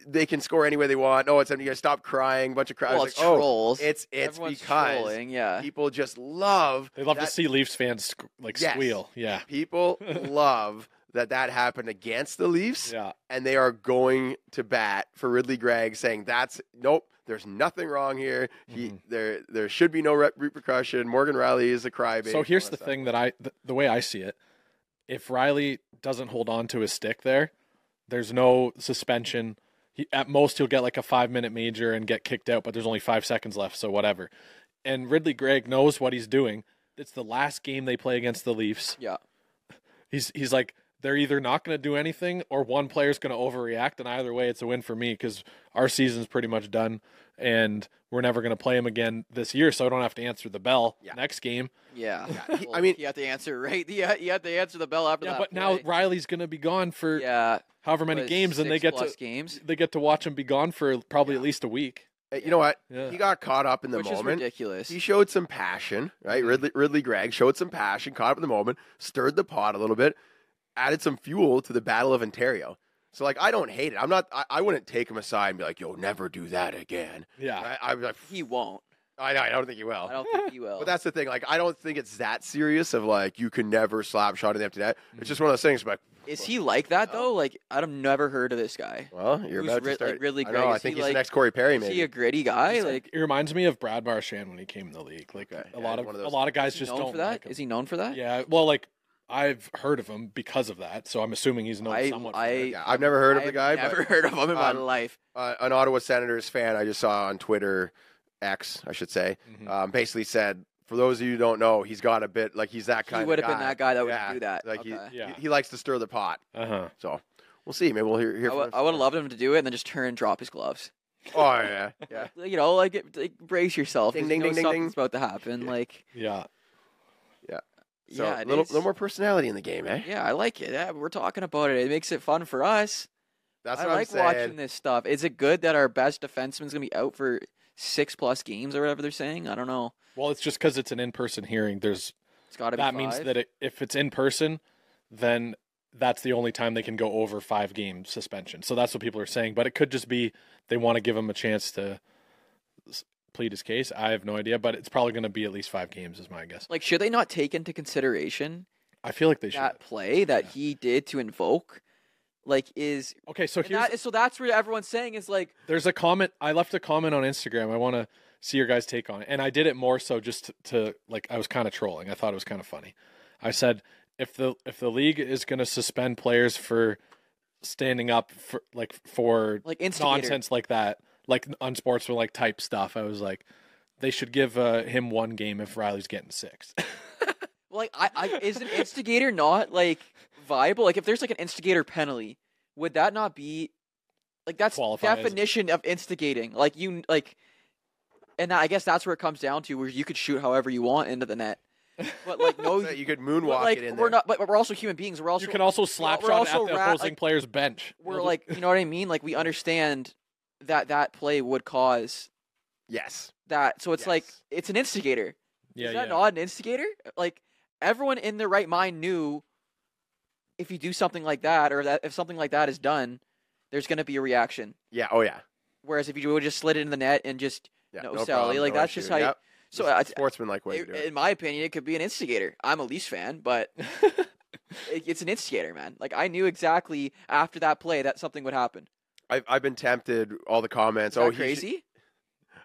they can score any way they want? Oh, it's you guys stop crying, bunch of crowds."
Well,
like,
it's
oh,
trolls.
it's it's
Everyone's
because
trolling. Yeah.
people just love
They love
that-
to see Leafs fans sc- like
Yes.
squeal. Yeah,
people love that that happened against the Leafs
yeah.
and they are going to bat for Ridley Gregg, saying that's nope. There's nothing wrong here. He
Mhm.
there there should be no re- repercussion. Morgan Riley is a crybaby.
So here's
all
the
that
thing that I th- the way I see it, if Riley doesn't hold on to his stick there, there's no suspension. He, at most he'll get like a 5-minute major and get kicked out, but there's only 5 seconds left, so whatever. And Ridley Gregg knows what he's doing. It's the last game they play against the Leafs.
Yeah.
He's he's like they're either not going to do anything or one player's going to overreact and either way it's a win for me cuz our season's pretty much done and we're never going to play him again this year so I don't have to answer the bell
Yeah.
next game.
Yeah.
Yeah, he- I
Well,
mean-
you have to answer right. Yeah, you have to answer the bell after
Yeah,
that.
but now
play.
Riley's gonna be gone for
yeah,
however many
was
games, and they
six
get
plus
to
games,
they get to watch him be gone for probably at least a week.
stuff. You know what?
Yeah.
He got caught up in the
which is
moment.
ridiculous.
He showed some passion, right?
Mm-hmm.
Ridley Ridley Gregg showed some passion, caught up in the moment, stirred the pot a little bit, added some fuel to the Battle of Ontario. So like I don't hate it. I'm not. I, I wouldn't take him aside and be like, "You'll never do that again."
Yeah,
I, I'm like,
He won't.
I, I don't think you will.
I don't think he will.
But that's the thing. Like, I don't think it's that serious. Of like, you can never slap shot in the empty net. It's
Mm-hmm.
just one of those things. Like,
is he like that though? Like I've never heard of this guy.
well, you're
Who's
about
Rid-
to
like
start.
Ridley
I,
Gregg?
know, I
Is he
think he's
like-
the next Corey Perry.
Is
Maybe
he a gritty guy?
He's
Like
it reminds me of Brad Marchand when he came in the league. Like
Okay,
a
yeah,
lot of,
one of
a
those-
lot of
is
guys
he
just
known
don't
for that?
like him.
Is he known for that?
Yeah, well, like I've heard of him because of that, so I'm assuming he's known
I-
somewhat.
I-
for it.
yeah, I've never heard of the
I've
guy,
Never heard of him in my
um,
life.
but uh, an Ottawa Senators fan I just saw on Twitter, X, I should say,
Mhm.
Mm-hmm.
um, basically said, for those of you who don't know, he's got a bit like he's that kind.
He
of
would have been
guy.
that guy that would
Yeah,
do that.
Like
okay.
he,
Yeah.
he, he likes to stir the pot.
uh-huh.
So we'll see. Maybe we'll hear. hear
I would,
from
I would have loved him to do it and then just turn and drop his gloves.
Oh yeah, yeah.
You know, like, it, like brace yourself.
Ding,
'cause
ding,
you know
ding, ding,
something's
ding.
about to happen. Like,
Yeah,
So
yeah, it
little,
is-
little more personality in the game, eh?
Yeah, I like it. Yeah, we're talking about it. It makes it fun for us.
That's
I
what
like
I'm saying.
watching this stuff. Is it good that our best defenseman's gonna be out for six plus games or whatever they're saying? I don't know.
well, it's just because it's an in-person hearing. There's
It's got to be.
that means
five.
that it, if it's in person, then that's the only time they can go over five game suspension. So that's what people are saying. But it could just be they want to give him a chance to s- plead his case. I have no idea, but it's probably going to be at least five games, is my guess.
like should they not take into consideration
I feel like they should.
that play that
Yeah.
he did to invoke? Like, is
Okay, so
and
here's
that, so that's what everyone's saying is like
there's a comment. I left a comment on Instagram. I want to see your guys' take on it, and I did it more so just to, to like I was kind of trolling. I thought it was kind of funny. I said if the if the league is going to suspend players for standing up for like for
like instigator.
nonsense like that, like unsportsmanlike type stuff. I was like, they should give uh, him one game if Riley's getting six.
Like, I, I is an instigator not like viable? Like, if there's like an instigator penalty, would that not be like that's
Qualify as-
definition of instigating? Like you like, and I guess that's where it comes down to where you could shoot however you want into the net, but like no,
So
you,
you could
Oh, but,
moonwalk
like
it in
we're
there.
not, but we're also human beings. We're also
you can also slap
we're
shot
also
at the
ra-
opposing
like-
player's bench.
we're
Those-
like you know what I mean. Like we understand that that play would cause
yes.
that, so it's like
Yes.
it's an instigator.
yeah,
is that
yeah.
not an instigator? Like everyone in their right mind knew if you do something like that or that if something like that is done, there's going to be a reaction.
Yeah. Oh yeah.
Whereas if you would just slid it in the net and just
Yeah,
no,
no
Sally,
problem,
like
no
that's just
issue.
how. You,
Yep,
so
just
I,
sportsmanlike way to
it,
do it.
in my opinion, it could be an instigator. I'm a Leafs fan, but it, it's an instigator, man. Like I knew exactly after that play that something would happen.
I've I've been tempted. All the comments.
Is that
oh, he should-
crazy.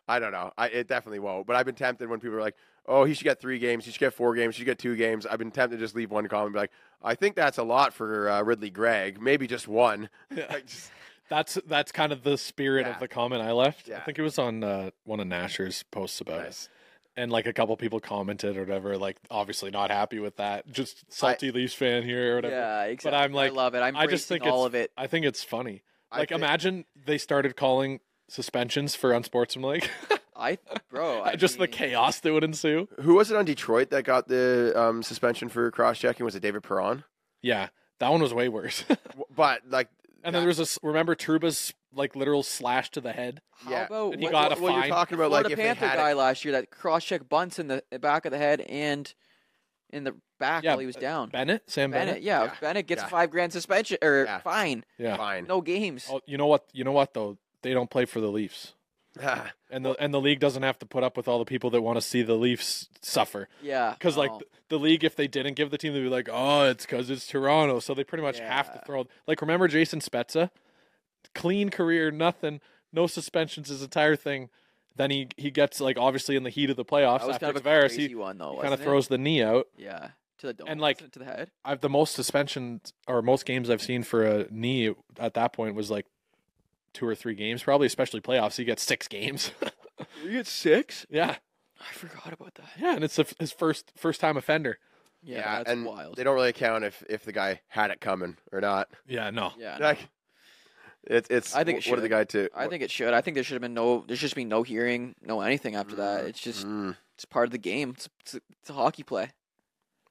I don't know. I, it definitely won't. But I've been tempted when people are like, "Oh, he should get three games. He should get four games. He should get two games." I've been tempted to just leave one comment, and be like, "I think that's a lot for uh, Ridley Gregg. Maybe just one."
Yeah.
Like, just-
That's that's kind of the spirit
Yeah.
of the comment I left. I
Yeah.
think it was on uh, one of Nasher's posts about it.
nice.
and like a couple people commented or whatever, like obviously not happy with that. Just salty Leafs fan here or whatever.
Yeah, exactly.
I'm like-
I love it. I'm
I just
embracing
think
all
it's-
of it.
I think it's funny.
I
Like
think-
imagine they started calling suspensions for unsportsmanlike.
I, bro, I
just the
mean,
chaos that would ensue.
who was it on Detroit that got the um, suspension for cross checking? Was it David Perron?
Yeah. That one was way worse.
W- but like,
and then there was this remember Truba's like literal slash to the head.
How
yeah,
about
And
what,
he got
what,
a
what
fine.
you're talking about,
Florida
like if
Panther
they had
guy
it,
last year that cross-check bunts in the back of the head and in the back
Yeah,
while he was down?
Bennett, Sam
Bennett,
Bennett.
yeah,
Yeah,
Bennett gets
yeah.
a five grand suspension or
Yeah.
fine,
Yeah.
fine.
no games.
Oh, you know what? You know what though? They don't play for the Leafs. And the and the league doesn't have to put up with all the people that want to see the Leafs suffer.
yeah, Oh,
Because like
no.
th- the league, if they didn't give the team, they'd be like, "Oh, it's because it's Toronto." So they pretty much have to
Yeah.
throw. Like remember Jason Spezza, clean career, nothing, no suspensions, his entire thing. Then he he gets like obviously in the heat of the playoffs
that was
after
kind of a
Tavares,
crazy
he,
one though.
kind of
wasn't it?
throws the knee out.
yeah to the dome
And, like-
wasn't it? to the head.
I've the most suspensions or most games I've seen for a knee at that point was like two or three games, probably especially playoffs. He gets six games.
You get six.
yeah,
I forgot about that.
yeah, and it's a, his first first time offender.
Yeah, that's
and
wild.
they don't really count if if the guy had it coming or not.
Yeah, no,
Yeah, no.
Like, it's it's.
I think it
what did the
should.
guy do?
I think it should. I think there should have been no. There should be no hearing, no anything after that.
Mm,
It's just
Mm.
it's part of the game. It's, it's, a, it's a hockey play.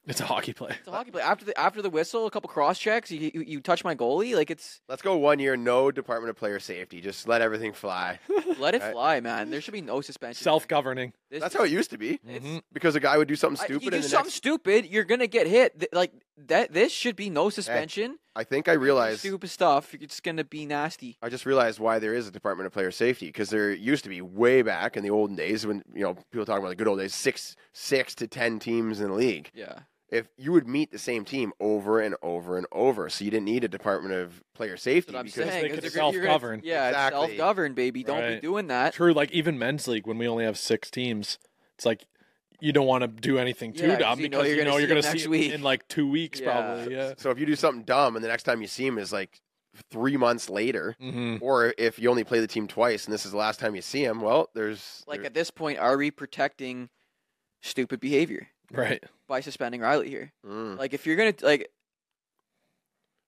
it's a hockey play.
It's a hockey play. After the after the whistle, a couple cross checks. You, you you touch my goalie, like it's
Let's go one year, no Department of Player Safety. Just let everything fly.
let it
Right.
fly, man. There should be no suspension.
Self governing.
This-
That's how it used to be.
It's-
Mhm.
Because a guy would do something
I-
stupid,
you do
and the
something
next,
stupid, you're gonna get hit. Th- Like that. This should be no suspension.
I think I
You do
realized.
stupid stuff. It's gonna be nasty.
I just realized why there is a Department of Player Safety because there used to be way back in the olden days when you know people talking about the good old days six six to ten teams in the league.
Yeah.
If you would meet the same team over and over and over, so you didn't need a Department of Player Safety
That's what I'm
because
saying.
they
is
could
you're gonna- you're gonna-
self-govern.
Yeah, it's
Exactly.
self-govern, baby. Don't be
Right.
doing that.
True, like even men's league when we only have six teams, it's like you don't want to do anything too
Yeah, 'cause
dumb
you know
because
you're
you
gonna
know
see
you're gonna
it
see,
next
it
week.
in like two weeks
Yeah.
probably. Yeah.
so if you do something dumb and the next time you see him is like three months later,
Mm-hmm.
or if you only play the team twice and this is the last time you see him, well, there's
Like
there-
at this point, are we protecting stupid behavior
Right.
by suspending Riley here?
Mm.
Like if you're gonna like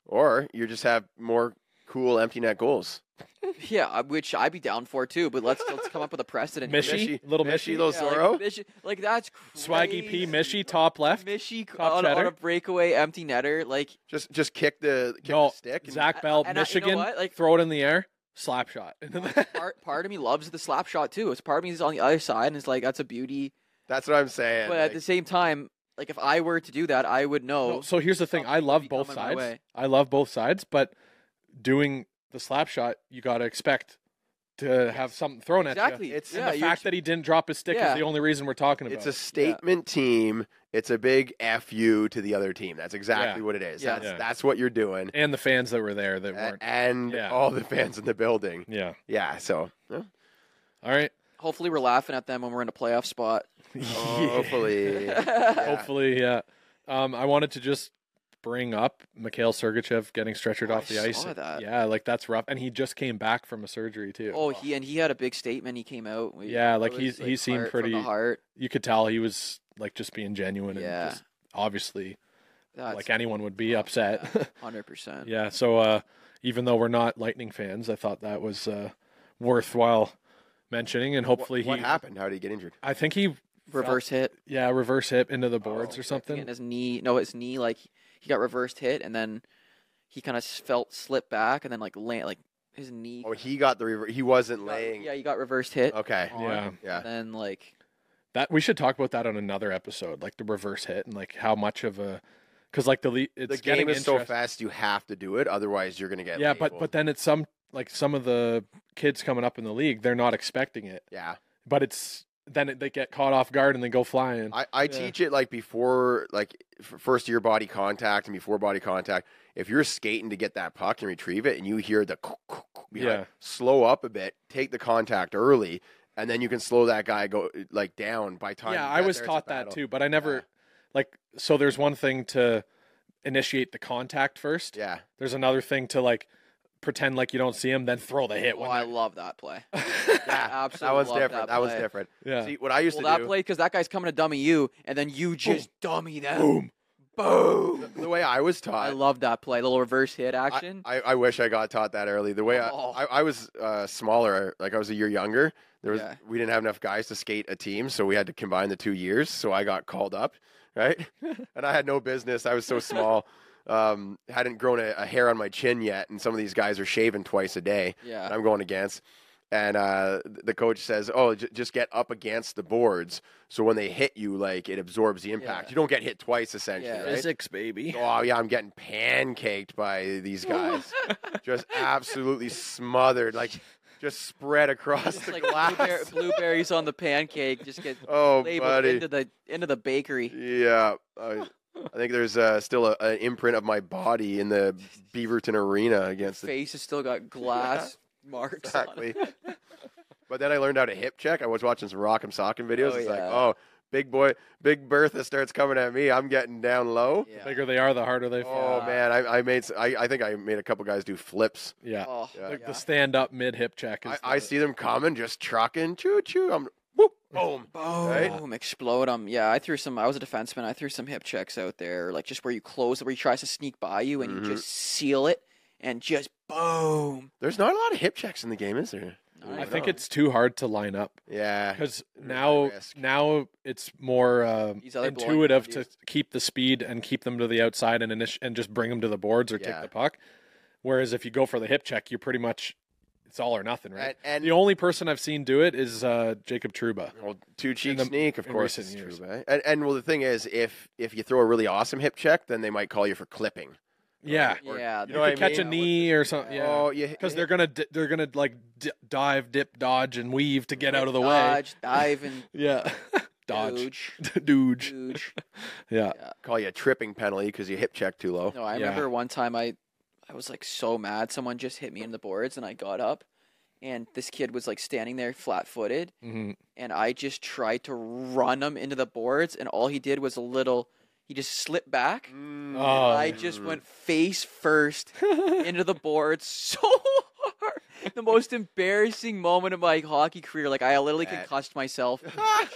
or you just have more cool empty net goals.
Yeah, I- which I'd be down for too. But let's let's come up with a precedent. here.
Mishy-
Mishy, little
Mishy,
Mishy,
little-
Yeah, like,
Zorro?
Mishi- like that's crazy.
swaggy P, Mishy, top left.
Mishy c-
top
on, on
cheddar.
a breakaway empty netter. Like
Just just kick the kick
No,
the stick. and-
Zach
I-
Bell,
and I- you know
Michigan,
what, like-
throw it in the air, slap shot. Into the-
part part of me loves the slap shot too. It's part of me is on the other side, and it's like that's a beauty.
That's what I'm saying.
but
like-
at the same time, like if I were to do that, I would know.
No, so here's the thing: I
something
love
would be
both
Oh, coming my
sides.
way.
I love both sides, but doing the slap shot, you got to expect to have something thrown
exactly.
at you.
It's-
And
yeah,
the
you're
fact that he didn't drop his stick
Yeah.
is the only reason we're talking about.
It's a statement team. It's a big fu to the other team. That's exactly
Yeah.
what it is.
Yeah.
That's
Yeah.
that's what you're doing,
and the fans that were there that
A-
weren't.
and
Yeah.
all the fans in the building.
Yeah.
Yeah. So yeah.
All right.
hopefully we're laughing at them when we're in a playoff spot.
hopefully, yeah.
Hopefully, yeah. Um, I wanted to just bring up Mikhail Sergachev getting stretchered
Oh, I
off the ice.
saw that.
Yeah, like that's rough. And he just came back from a surgery too.
Oh, he and he had a big statement. He came out. We-
Yeah,
it
like,
was,
he's- he seemed
heart from the
pretty-
heart.
you could tell he was like just being genuine
Yeah.
and just obviously
That's
like anyone would be upset. Yeah.
hundred percent.
so uh even though we're not Lightning fans, I thought that was uh worthwhile mentioning and
What,
hopefully
what
he
happened? How did he get injured?
I think he
Reverse hit.
yeah, reverse hip into the
Oh,
boards
okay.
or
something in
something.
his knee. No, his knee. Like he got reversed hit, and then he kind of felt slip back, and then like land like his knee.
Oh, he got the rever- he wasn't
got-
laying.
Yeah, he got reversed hit.
Okay.
on,
Yeah.
Yeah.
And then like
That we should talk about that on another episode, like the reverse hit and like how much of a cuz like the le- it's
the game
getting
is so
interest-
fast. You have to do it, otherwise you're going to get.
Yeah, but but then it's some like some of the kids coming up in the league, they're not expecting it,
Yeah.
but it's then it, they get caught off guard and they go flying.
I, I teach it like before, like f- first year body contact and before body contact. If you're skating to get that puck and retrieve it, and you hear the yeah,
Yeah.
slow up a bit, take the contact early, and then you can slow that guy go like down by time.
yeah,
you
I
get
was
there, it's a
taught that
battle.
too, but I never
Yeah.
like so there's one thing to initiate the contact first.
Yeah,
There's another thing to like pretend like you don't see him, then throw the hit
Oh,
when
I love that play.
they're-
yeah, that
absolutely
was
love
different. That,
that
was
play.
different.
Yeah.
See, what I used
Well,
to
that
do.
play because that guy's coming to dummy you, and then you just dummy them.
Boom.
Boom.
the way I was taught,
I love that play. Little reverse hit
I-
action.
I, I wish I got taught that early. The way I,
Oh.
I, I was uh, smaller, like I was a year younger. There was
Yeah.
we didn't have enough guys to skate a team, so we had to combine the two years. So I got called up, right? and I had no business. I was so small. Um, hadn't grown a, a hair on my chin yet, and some of these guys are shaving twice a day.
yeah.
that I'm going against. And uh, th- the coach says, "Oh, j- just get up against the boards, so when they hit you, like it absorbs the impact.
Yeah.
You don't get hit twice, essentially,
Yeah.
right?
Physics, baby.
Oh yeah, I'm getting pancaked by these guys. just absolutely smothered, like just spread across
Just
the
like
glass.
blueberry- blueberries on the pancake just get
oh,
labeled
buddy.
into the into the bakery.
Yeah, I, I think there's uh, still a, an imprint of my body in the Beaverton Arena against the
Face has still got glass marks. on it.
exactly. but then I learned how to hip check. I was watching some Rock'em Sock'em videos.
Oh,
it's like,
yeah.
oh, big boy, big Bertha starts coming at me. I'm getting down low.
Yeah.
The bigger they are, the harder they
Oh
fall.
Yeah.
man, I, I made. s- I, I think I made a couple guys do flips.
Yeah.
Oh,
Yeah.
Like
yeah.
the stand up mid hip check is
I, I
the-
see them coming, just trucking, choo choo. I'm whoop, boom.
Boom,
Right?
explode 'em. Yeah, I threw some. I was a defenseman. I threw some hip checks out there, like just where you close, where he tries to sneak by you, and
Mhm.
you just seal it, and just boom.
There's not a lot of hip checks in the game, is there?
I
I
don't
think
know.
it's too hard to line up
Yeah.
because
There's
now
that risk.
now it's more um,
These other blowing
intuitive to
penalties.
keep the speed and keep them to the outside and init- and just bring them to the boards or
Yeah.
take the puck. Whereas if you go for the hip check, you're pretty much it's all or nothing, right?
And, and Oh,
the only person I've seen do it is uh, Jacob Truba.
Well, two cheek
the-
sneak, of
in
course,
recent
is true.
years.
Right? And, and well, the thing is, if if you throw a really awesome hip check, then they might call you for clipping.
Yeah,
Or-
yeah,
you
they-
know what I
you could catch
mean?
a knee or something. Yeah,
Oh, yeah,
because they're gonna di- they're gonna like di- dive, dip, dodge, and weave to get out of the way.
dodge, dive, and
Yeah, dodge,
dodge.
dodge.
Huge.
Yeah,
call you a tripping penalty because you hip check too low.
No, I
Yeah.
remember one time I, I was like so mad. Someone just hit me in the boards, and I got up, and this kid was like standing there flat footed,
hmm
and I just tried to run him into the boards, and all he did was a little. He just slipped
Mm.
back.
Oh,
I just went face first into the boards so hard. The most embarrassing moment of my hockey career. Like I literally
That-
concussed myself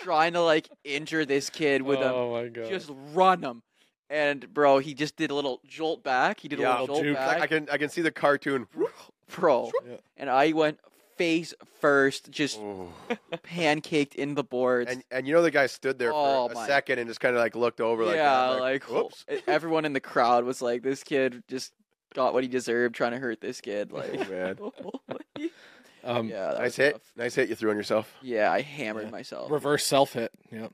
trying to like injure this kid with a
oh my god,
just run him. And bro, he just did a little jolt back. He did a
Yeah,
little jolt
juke.
back,
I, I can I can see the cartoon.
bro.
Yeah.
And I went face first, just
Ooh.
pancaked in the boards.
Oh. and and you know the guy stood there
Oh,
for a
my-
second and just kind of like looked over like
yeah,
that,
like, oh, wh-
whoops.
everyone in the crowd was like, "This kid just got what he deserved, trying to hurt this kid." Like,
man.
um,
yeah, that
Nice
was
hit.
rough.
Nice hit you threw on yourself.
Yeah, I hammered
Yeah.
myself.
reverse self hit. Yeah.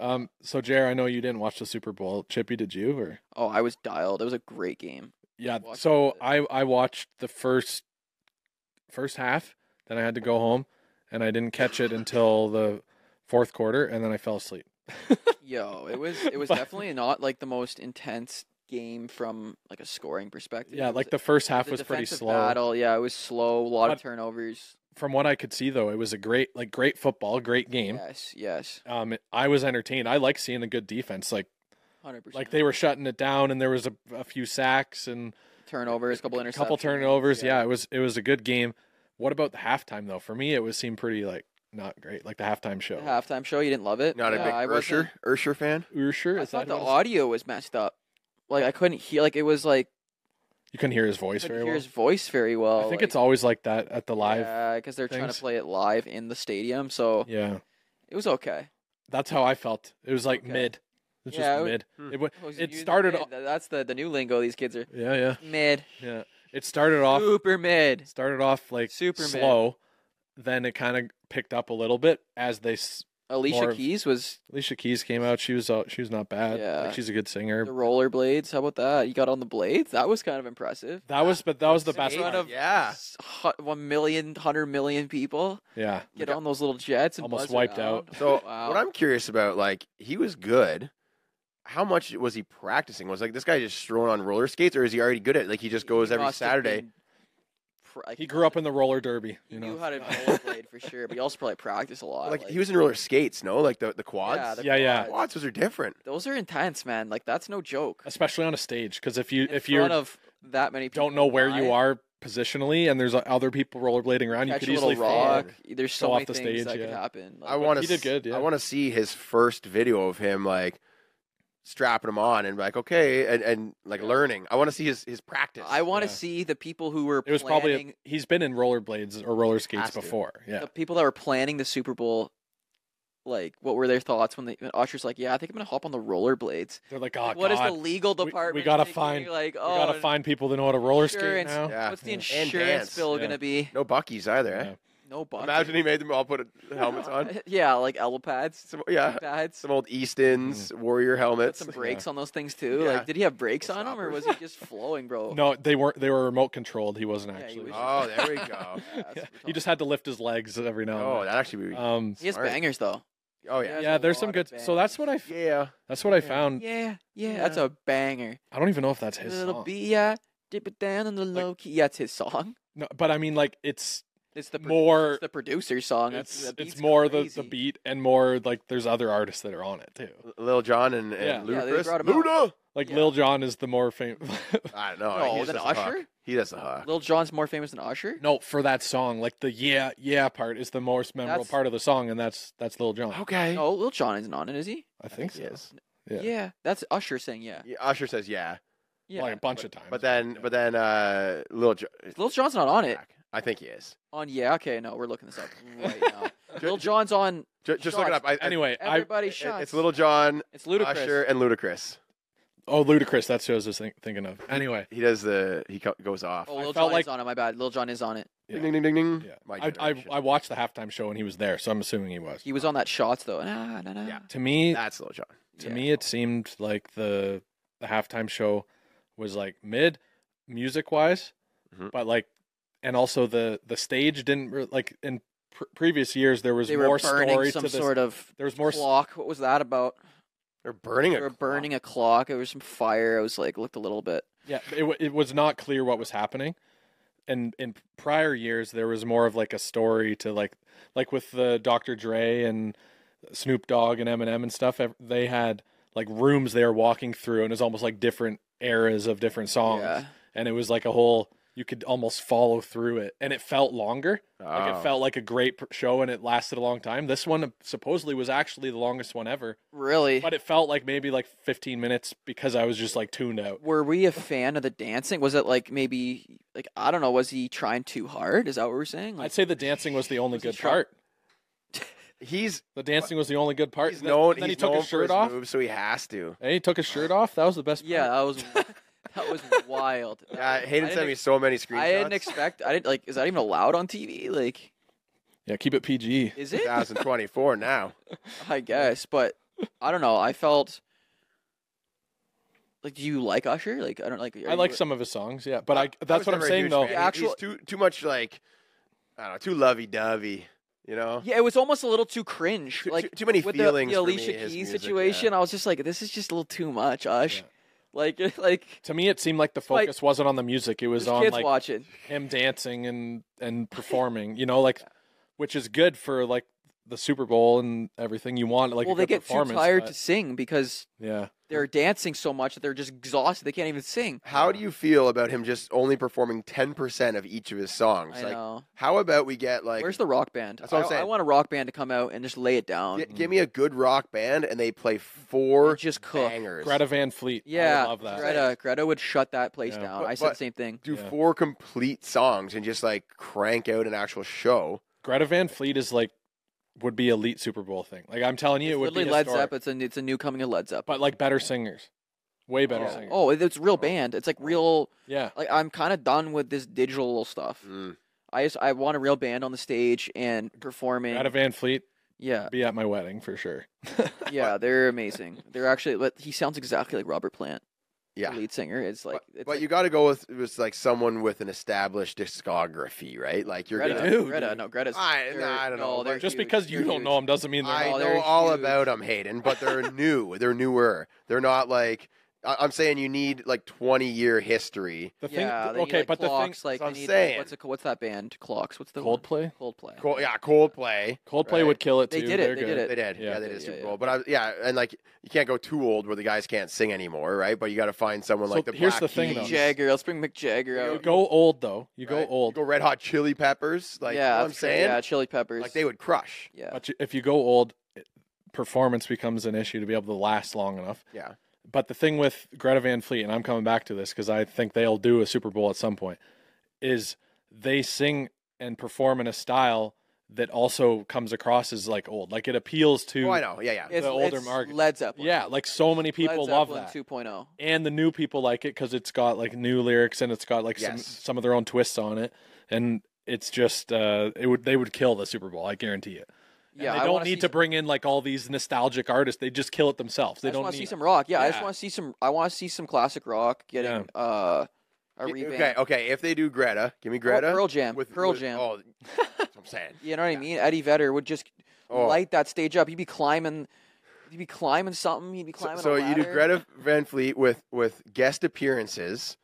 Um. So, Jer, I know you didn't watch the Super Bowl. Chippy, did you? Or
Oh, I was dialed. It was a great game.
yeah.
Watched
So
it.
I I watched the first first half. Then I had to go home, and I didn't catch it until the fourth quarter, and then I fell asleep.
Yo, it was it was
But-
definitely not like the most intense game from like a scoring perspective.
Yeah,
It was
like
a-
the first half
The
was pretty
defensive
slow.
Battle, yeah, it was slow. A lot of
But-
turnovers.
From what I could see, though, it was a great like great football, great game.
Yes, yes,
Um, I was entertained. I like seeing a good defense. Like
hundred percent.
like they were shutting it down, and there was a, a few sacks and
turnovers, couple interceptions,
couple turnovers. Yeah. it was it was a good game. What about the halftime though? For me, it was seemed pretty like not great, like the halftime
The
show.
halftime show. You didn't love it.
Not
Yeah,
a big
I wasn't-
Ursher Ursher fan.
We were sure
I
is
thought
that
the
what it is?
audio was messed up. Like I couldn't hear. Like it was like
you couldn't hear his
I
voice
couldn't
very
hear
well.
his voice very well.
I think
like-
it's always like that at the live. Yeah.
Yeah, because they're trying
things.
to play it live in the stadium, so it was okay.
that's how I felt. It was like
Okay.
mid. It's
Yeah,
just
it-
mid.
Hmm.
It, wa-
Well,
It
you-
started
mid,
off-
tha- That's the the new lingo. These kids are
yeah, yeah,
mid,
yeah. It started off
super mid.
started off like
Super mid.
slow, then it kind of picked up a little bit as they s-
Alicia
More of-
Keys was
Alicia Keys came out. She was uh, she was not bad.
Yeah.
Like she's a good
the
singer.
rollerblades. How about that? You got on the blades. That was kind of impressive.
That was but that was the
In
best
front
one.
one.
of
Yeah.
s- hu- one million, hundred million people.
Yeah.
Get
Yeah.
on those little jets and
Almost
buzz
wiped
around.
out.
So
Wow.
what I'm curious about, like, he was good. How much was he practicing? Was like this guy just thrown on roller skates, or is he already good at? Like he just goes
He
every
must have
Saturday.
been pr- like,
He grew up in the roller derby,
He
you
knew
know.
how to rollerblade for sure, but he also probably practiced a lot.
Like he was in roller skates, no? Like the the quads.
Yeah, the
Yeah, yeah.
quads.
quads those are different.
Those are intense, man. Like that's no joke.
Especially on a stage cuz if you
In
if you
front of that many people
don't know where
live,
you are positionally and there's uh, other people rollerblading around, you
catch
could
a little
easily
rock.
fall.
There's so
Fell
many
off the
things
stage,
that could
yeah.
happen. Like,
I want to.
he did good, yeah.
I want to see his first video of him like strapping him on and like okay and, and like learning. I want to see his his practice.
I want to
Yeah.
see the people who were
It was
planning,
probably a, he's been in rollerblades or roller skates
Has to.
before. Yeah.
the people that were planning the Super Bowl. Like, what were their thoughts when the when Usher's like, "Yeah, I think I'm gonna hop on the rollerblades."
They're like,
Like,
"Oh
what is
god.
the legal
we
department?
gotta
thinking?"
find-
You're Like,
we
oh,
got to find people that know how to roller skate
insurance.
now."
Yeah.
what's the
Yeah.
insurance
dance.
bill
Yeah.
gonna be?
No Bucky's either. Eh?
Yeah.
No bucks.
Imagine he made them all put helmets on.
yeah, like elbow pads,
Some, yeah,
pads.
some old Easton's warrior
Put
helmets.
some brakes on those things too.
Yeah.
Like, did he have brakes on him, or was
Stoppers.
he just flowing, bro?
No, they weren't they were remote controlled. He wasn't
Yeah, he
actually.
was
Oh, there we go.
Yeah, that's
Yeah.
what we're
He
talking
just had to lift his legs every now
oh,
and
that actually would
then.
be.
Um,
He has
Smart.
bangers though.
oh
he
yeah.
has
yeah,
a
there's
lot
some
of
good. So that's what I f-
Yeah.
that's what I
Yeah.
found.
Yeah, yeah, that's a banger.
I don't even know if that's Mm. his
Little
song.
B, yeah, dip it down on the low key. Yeah, it's his song.
No, but I mean, like it's
It's the pro-
more.
it's the producer song. That's-
it's
the
it's
beat's
more the, the
crazy.
beat and more like there's other artists that are on it too.
Lil John and, and
Yeah.
Yeah, they
Ludacris.
brought him out.
Luda.
Like
Yeah.
Lil Jon is the more famous.
I don't know.
No,
he's
then
just a hawk.
Usher?
He does a hawk.
Lil Jon's more famous than Usher.
no, for that song, like the yeah yeah part is the most memorable
That's-
part of the song, and that's that's Lil Jon.
Okay.
No, Lil Oh, Jon isn't on it, is he?
I think so.
Yes.
Yeah.
that's Usher saying yeah.
Yeah, Usher says yeah,
Yeah,
Like a bunch of times.
but then but then uh, Lil John.
Lil Jon's not on it.
I think he is.
On yeah, okay, no, we're looking this up right now. Lil Jon's on
Ju- just look it up.
Shots.
I, I-
anyway, I
everybody
it-
shots.
it's Little John,
It's ludicrous.
Usher, and Ludacris.
oh Ludacris, that's who I was just think, thinking of. Anyway,
He does the he co- goes off.
Oh,
I
Lil
felt
Jon
like-
is on it. My bad. Lil Jon is on it.
yeah.
Ding ding ding ding ding.
yeah.
My
I, I
generation.
I watched the halftime show and he was there, so I'm assuming he was.
He was on that shots though. Nah, nah, nah.
Yeah.
to me,
That's Lil John.
to
Yeah.
me it seemed like the the halftime show was like mid music wise
Mhm.
but like and also the the stage didn't re- like in pr- previous years there was
They
more
were burning
story
some
to this
sort of
there was more s-
clock. What was that about?
They're burning
They
it.
were burning a clock. There was some fire. I was like, looked a little bit.
yeah it, wa- it was not clear what was happening and in prior years there was more of like a story to like like with the Dr. Dre and Snoop Dogg and Eminem and stuff ev- they had like rooms they were walking through and it was almost like different eras of different songs
Yeah.
and Oh, it was like a whole you could almost follow through it and it felt longer like
Oh.
it felt like a great pr- show and it lasted a long time this one uh, supposedly was actually the longest one ever
Really?
but it felt like maybe like 15 minutes because i was just like tuned out
Were we a fan of the dancing? Was it like maybe like I don't know? Was he trying too hard? Is that what we're saying? Like,
i'd say the dancing was the only
Was he
good
try-
part
He's
the dancing was the only good part
he's
And then-
known.
and then
he's
he took
known
his shirt
for
off
his moves, so he has to.
hey he took his shirt off that was the best part.
yeah, that was that was wild. That
Yeah,
was-
Hayden
I
sent me
didn't
so many
ex-
screenshots.
I didn't expect. I didn't like. Is that even allowed on TV? Like,
yeah keep it pg
is it?
2024 now.
I guess, but I don't know. I felt like, do you like Usher? Like, I don't like. are
i like
you-
some of his songs yeah but
I-
i,
I was
that's what i'm
never a
saying
huge
though
fan.
Yeah,
He- he's
actual-
too too much like I don't know, too lovey dovey. You know,
Yeah, it was almost a little too cringe.
Too-
like
too- too many
with
feelings
The,
for
the
me,
Alicia
his
Keys
music,
situation, I was just like, this is just a little too much, Ush.
Yeah.
Like, like
to me it seemed like the
like-
focus wasn't on the music it was
there's
on
kids
like
watching.
him dancing and and performing you know like which is good for like the super bowl and everything you want like
well,
a
they
good
get too
performance
tired
but-
to sing because
yeah
they're dancing so much that they're just exhausted. They can't even sing.
how do you feel about him just only performing 10 percent of each of his songs?
I
like,
know.
how about we get like
Where's the rock band?
That's what I'm
I- I
saying.
want a rock band to come out and just lay it down.
gi- give me a good rock band and they play four
just cook.
bangers,
greta van fleet I would
Yeah,
love that
Greta. Greta would shut that place
Yeah.
down.
But-
I said the
but-
same thing.
do
Yeah.
four complete songs and just like crank out an actual show.
greta van fleet is like would be elite super bowl thing like i'm telling you
It's
it would be
literally Led
historic.
Zeppelin. It's a it's a new coming of Led Zeppelin.
but uh-huh. like better singers way better
Yeah.
singers
Oh, it- it's a real band. It's like real.
yeah
Like I'm kind of done with this
Mm-hmm.
digital stuff.
Mm.
I just I want a real band on the stage and performing.
greta van fleet
Yeah,
Be at my wedding for sure.
yeah, they're amazing. They're actually, but he sounds exactly like Robert Plant,
Yeah.
the lead singer. It's like,
but
it's
but
like
you got to go with was like someone with an established discography, right? Like you're
Greta,
gonna.
Dude.
Greta, no, Greta's.
I-
they're-
nah, I don't
no,
know,
they're
like-
Just
huge,
because you
they're
don't
huge.
know them doesn't mean they're
I
all-
know
Oh, they're
all
huge.
about them, Hayden, but they're new. They're newer. They're not like I- I'm saying. You need like 20 year history.
the thing.
yeah, they need,
okay,
like,
but the thing.
clocks, like
That's what
they
I'm
need,
saying.
what's it, what's that band? Clocks. What's the one?
Coldplay.
Coldplay.
Cold, yeah, Coldplay.
Coldplay
Right.
would kill it
They
too.
did it,
They're
they
good.
did it.
They did. Yeah,
Yeah.
they did
Yeah,
Super
yeah,
Bowl. But I, yeah, and like you can't go too old where the guys can't sing anymore, right? But you got to find someone
So
like the
here's
Black
the thing, though.
Mick
Keys,
Jagger. Let's bring Mick Jagger
You
out.
go old though. You go
right?
old.
You go Red Hot Chili Peppers. Like you know
yeah,
what I'm
for-
saying,
Yeah, Chili Peppers.
like they would crush.
Yeah.
But you- if you go old, it- performance becomes an issue to be able to last long enough.
Yeah.
But the thing with Greta Van Fleet, and I'm coming back to this because I think they'll do a Super Bowl at some point, is they sing and perform in a style that also comes across as like old. Like it appeals to.
Oh, I know. Yeah, yeah.
it's,
the older
it's
market.
Led Zeppelin.
Yeah, like so many people
Led
love
Zeppelin oh. 2.0.
that. and the new people like it because it's got like new lyrics and it's got like some
Yes.
some of their own twists on it, and it's just uh, it would they would kill the Super Bowl, I guarantee it. And
Yeah,
they
I
don't
wanna
need
see
to
some-
bring in like all these nostalgic artists. They just kill it themselves. They
I just
don't
want
need
to see
it.
some rock. Yeah, I just
Yeah.
want to see some. I want to see some classic rock getting uh a
Y-
revamp.
Okay, okay. If they do Greta, give me
Pearl-
Greta.
Pearl Jam. Pearl Jam.
Oh, that's what I'm saying.
You know what
Yeah.
I mean? Eddie Vedder would just
Oh.
light that stage up. He'd be climbing. He'd be climbing something. He'd be
So,
climbing.
so
a
you do
ladder
Greta Van Fleet with with guest appearances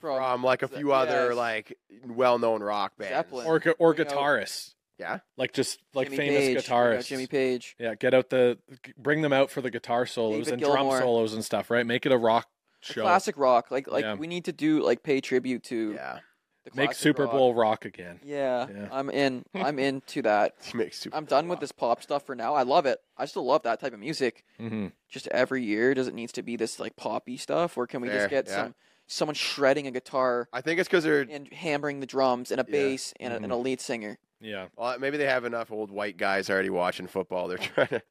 from
from like a
Ze-
few other
yes.
like well known rock bands.
Zeppelin.
or gu- or
Bring out-
guitarists.
Yeah.
like just like
Jimmy
famous
Page, you know,
guitarists.
Jimmy Page.
Yeah, get out the g- bring them out for the guitar solos
David
and
Gilmour.
drum solos and stuff. Right, make it a rock
Like
show.
Classic rock. Like like
Yeah.
we need to do like pay tribute to
Yeah,
the
Make
classic
Super
rock.
Bowl rock again.
Yeah,
Yeah.
I'm in. I'm into that.
She makes super.
I'm done with this pop stuff for now. I love it. I still love that type of music.
hmm
Just every year, does it needs to be this like poppy stuff, or can we
Fair,
just get
yeah.
some someone shredding a guitar
I think it's because they're
and hammering the drums and a
Yeah. Mm-hmm.
bass and, a, and a lead singer
Yeah,
well, maybe they have enough old white guys already watching football. They're trying to.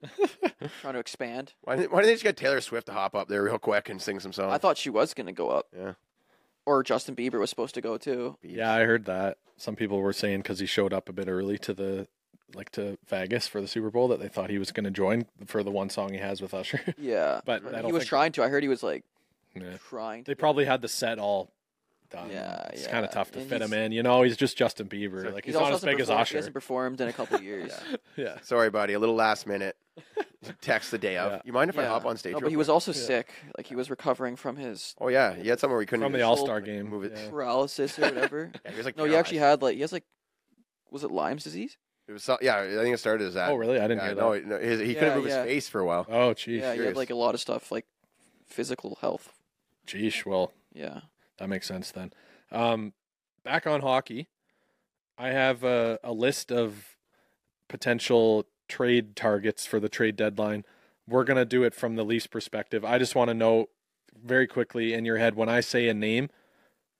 trying to expand?
Why didn't, why didn't they just get Taylor Swift to hop up there real quick and sing some songs?
I thought she was gonna go up.
Oh. Yeah.
Or Justin Bieber was supposed to go too.
yeah, I heard that. Some people were saying because he showed up a bit early to the like to Vegas for the Super Bowl that they thought he was going to join for the one song he has with Usher.
Yeah.
but I don't
he was
think,
trying to. I heard he was like
yeah.
trying. To
They probably had the set all done.
Yeah,
it's
yeah.
kind of tough to
And
fit him
he's-
in. You know, he's just Justin Bieber.
So
like
He's
he's, not
also
as big
hasn't
as
performed- He
Usher.
hasn't performed in a couple years.
Yeah,
Sorry, buddy. A little last minute. Text the day of.
Yeah.
You mind if I
Yeah.
hop on stage?
No, but
real
he was
quick?
also
Yeah.
sick. Like he was recovering from his
Oh yeah, he had somewhere we couldn't.
from
even
the
show.
All Star game.
move it.
yeah.
paralysis or whatever.
Yeah, he was like.
no, he
paralyzed.
actually had like he has like was it Lyme's disease?
It was so, yeah, I think it started as that.
Oh really? I didn't
Yeah,
hear
no,
that.
no, his, he
Yeah,
couldn't move
yeah.
his face for a while.
Oh, geez,
yeah, he had
serious.
like a lot of stuff like physical health.
geesh. Well,
Yeah.
That makes sense then. Um, back on hockey, I have a, a list of potential trade targets for the trade deadline. We're going to do it from the Leafs perspective. I just want to know very quickly in your head when I say a name,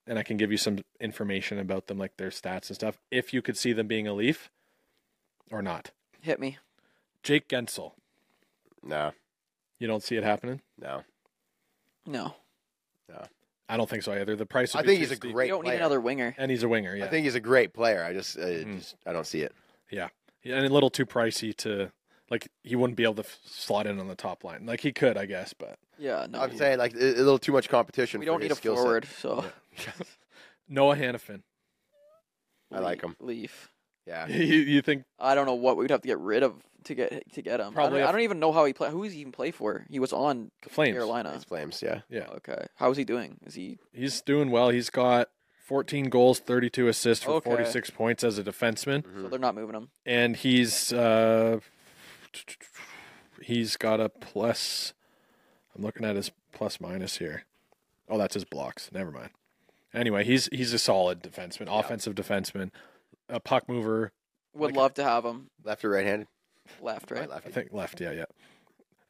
and I can give you some information about them, like their stats and stuff, if you could see them being a Leaf or not.
Hit me.
Jake Gensel.
No,
You don't see it happening?
no.
No.
I don't think so either. The price would
I
be
think
too
he's a
steep.
We
great
don't
player.
need another Mm-hmm. winger.
And he's a winger, yeah.
I think he's a great player. I just, I
Mhm.
just, I don't see it.
Yeah, and a little too pricey to like he wouldn't be able to f- slot in on the top line. Like he could, I guess, but
Yeah, no.
I'm saying like a, a little too much competition.
we
for
don't
his
need a
skill set.
forward, so
Noah Hannafin.
I like
le-
him.
Leaf.
Yeah,
you, you think
I don't know what we'd have to get rid of to get to get him.
Probably
I don't,
a
I
f-
don't even know how he play. Who does he even play for? He was on
Flames?
Carolina.
it's Flames. Yeah,
Yeah,
Okay. How is he doing? Is he
he's doing well. He's got 14 goals, 32 assists for
Okay.
46 points as a defenseman,
so
Hmm.
they're not moving him?
and he's uh he's got a plus. I'm looking at his plus minus here. Oh, that's his blocks. Never mind. Anyway, he's he's a solid defenseman, offensive defenseman, a puck mover,
Would
Like-
love to have him
left or right-handed?
left, right?
Right, left.
I think left. Yeah, yeah.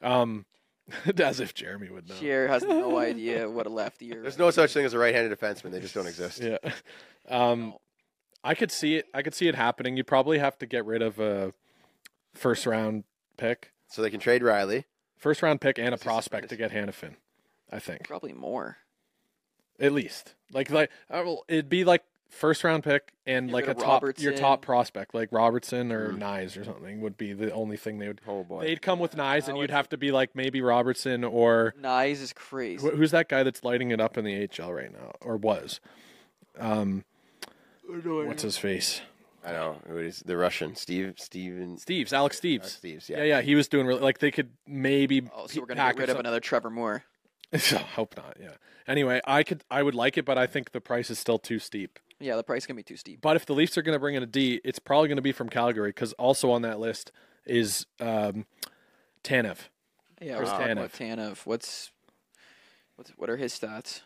Um, as if Jeremy would know.
Shear has no idea what a lefty or
There's no such thing as a right-handed defenseman. They just don't exist.
Yeah. Um, I could see it. I could see it happening. You probably have to get rid of a first round pick,
So they can trade Riley.
first round pick, and a
This is-
prospect to get Hannafin. I think
probably more.
at least like like I will, uh, it'd be like first round pick and
Get
like a
rid of
top your
Robertson.
top
Mm-hmm.
prospect like Robertson or
Mhm.
Nyes or something would be the only thing they would.
Oh boy.
They'd come with Nyes
I
and
would-
you'd have to be like maybe Robertson or
Nyes is crazy.
wh- who's that guy that's lighting it up in the HL right now or was. Um, what's his face?
I know who it is. The Russian Steve Steven
Steves, Alex
uh,
Steves.
Steve's.
Yeah.
Yeah.
yeah, he was doing really like they could maybe.
Oh, so we're gonna
pack
get rid
or
of another Trevor Moore.
something. Hope not. Yeah. Anyway, I could I would like it, but I think the price is still too steep.
Yeah, the price can be too steep.
But if the Leafs are going to bring in a D, it's probably going to be from Calgary because also on that list is um, Tanev.
Yeah,
uh,
Chris
we're talking
Tanev.
about Tanev. What's what's what are his stats?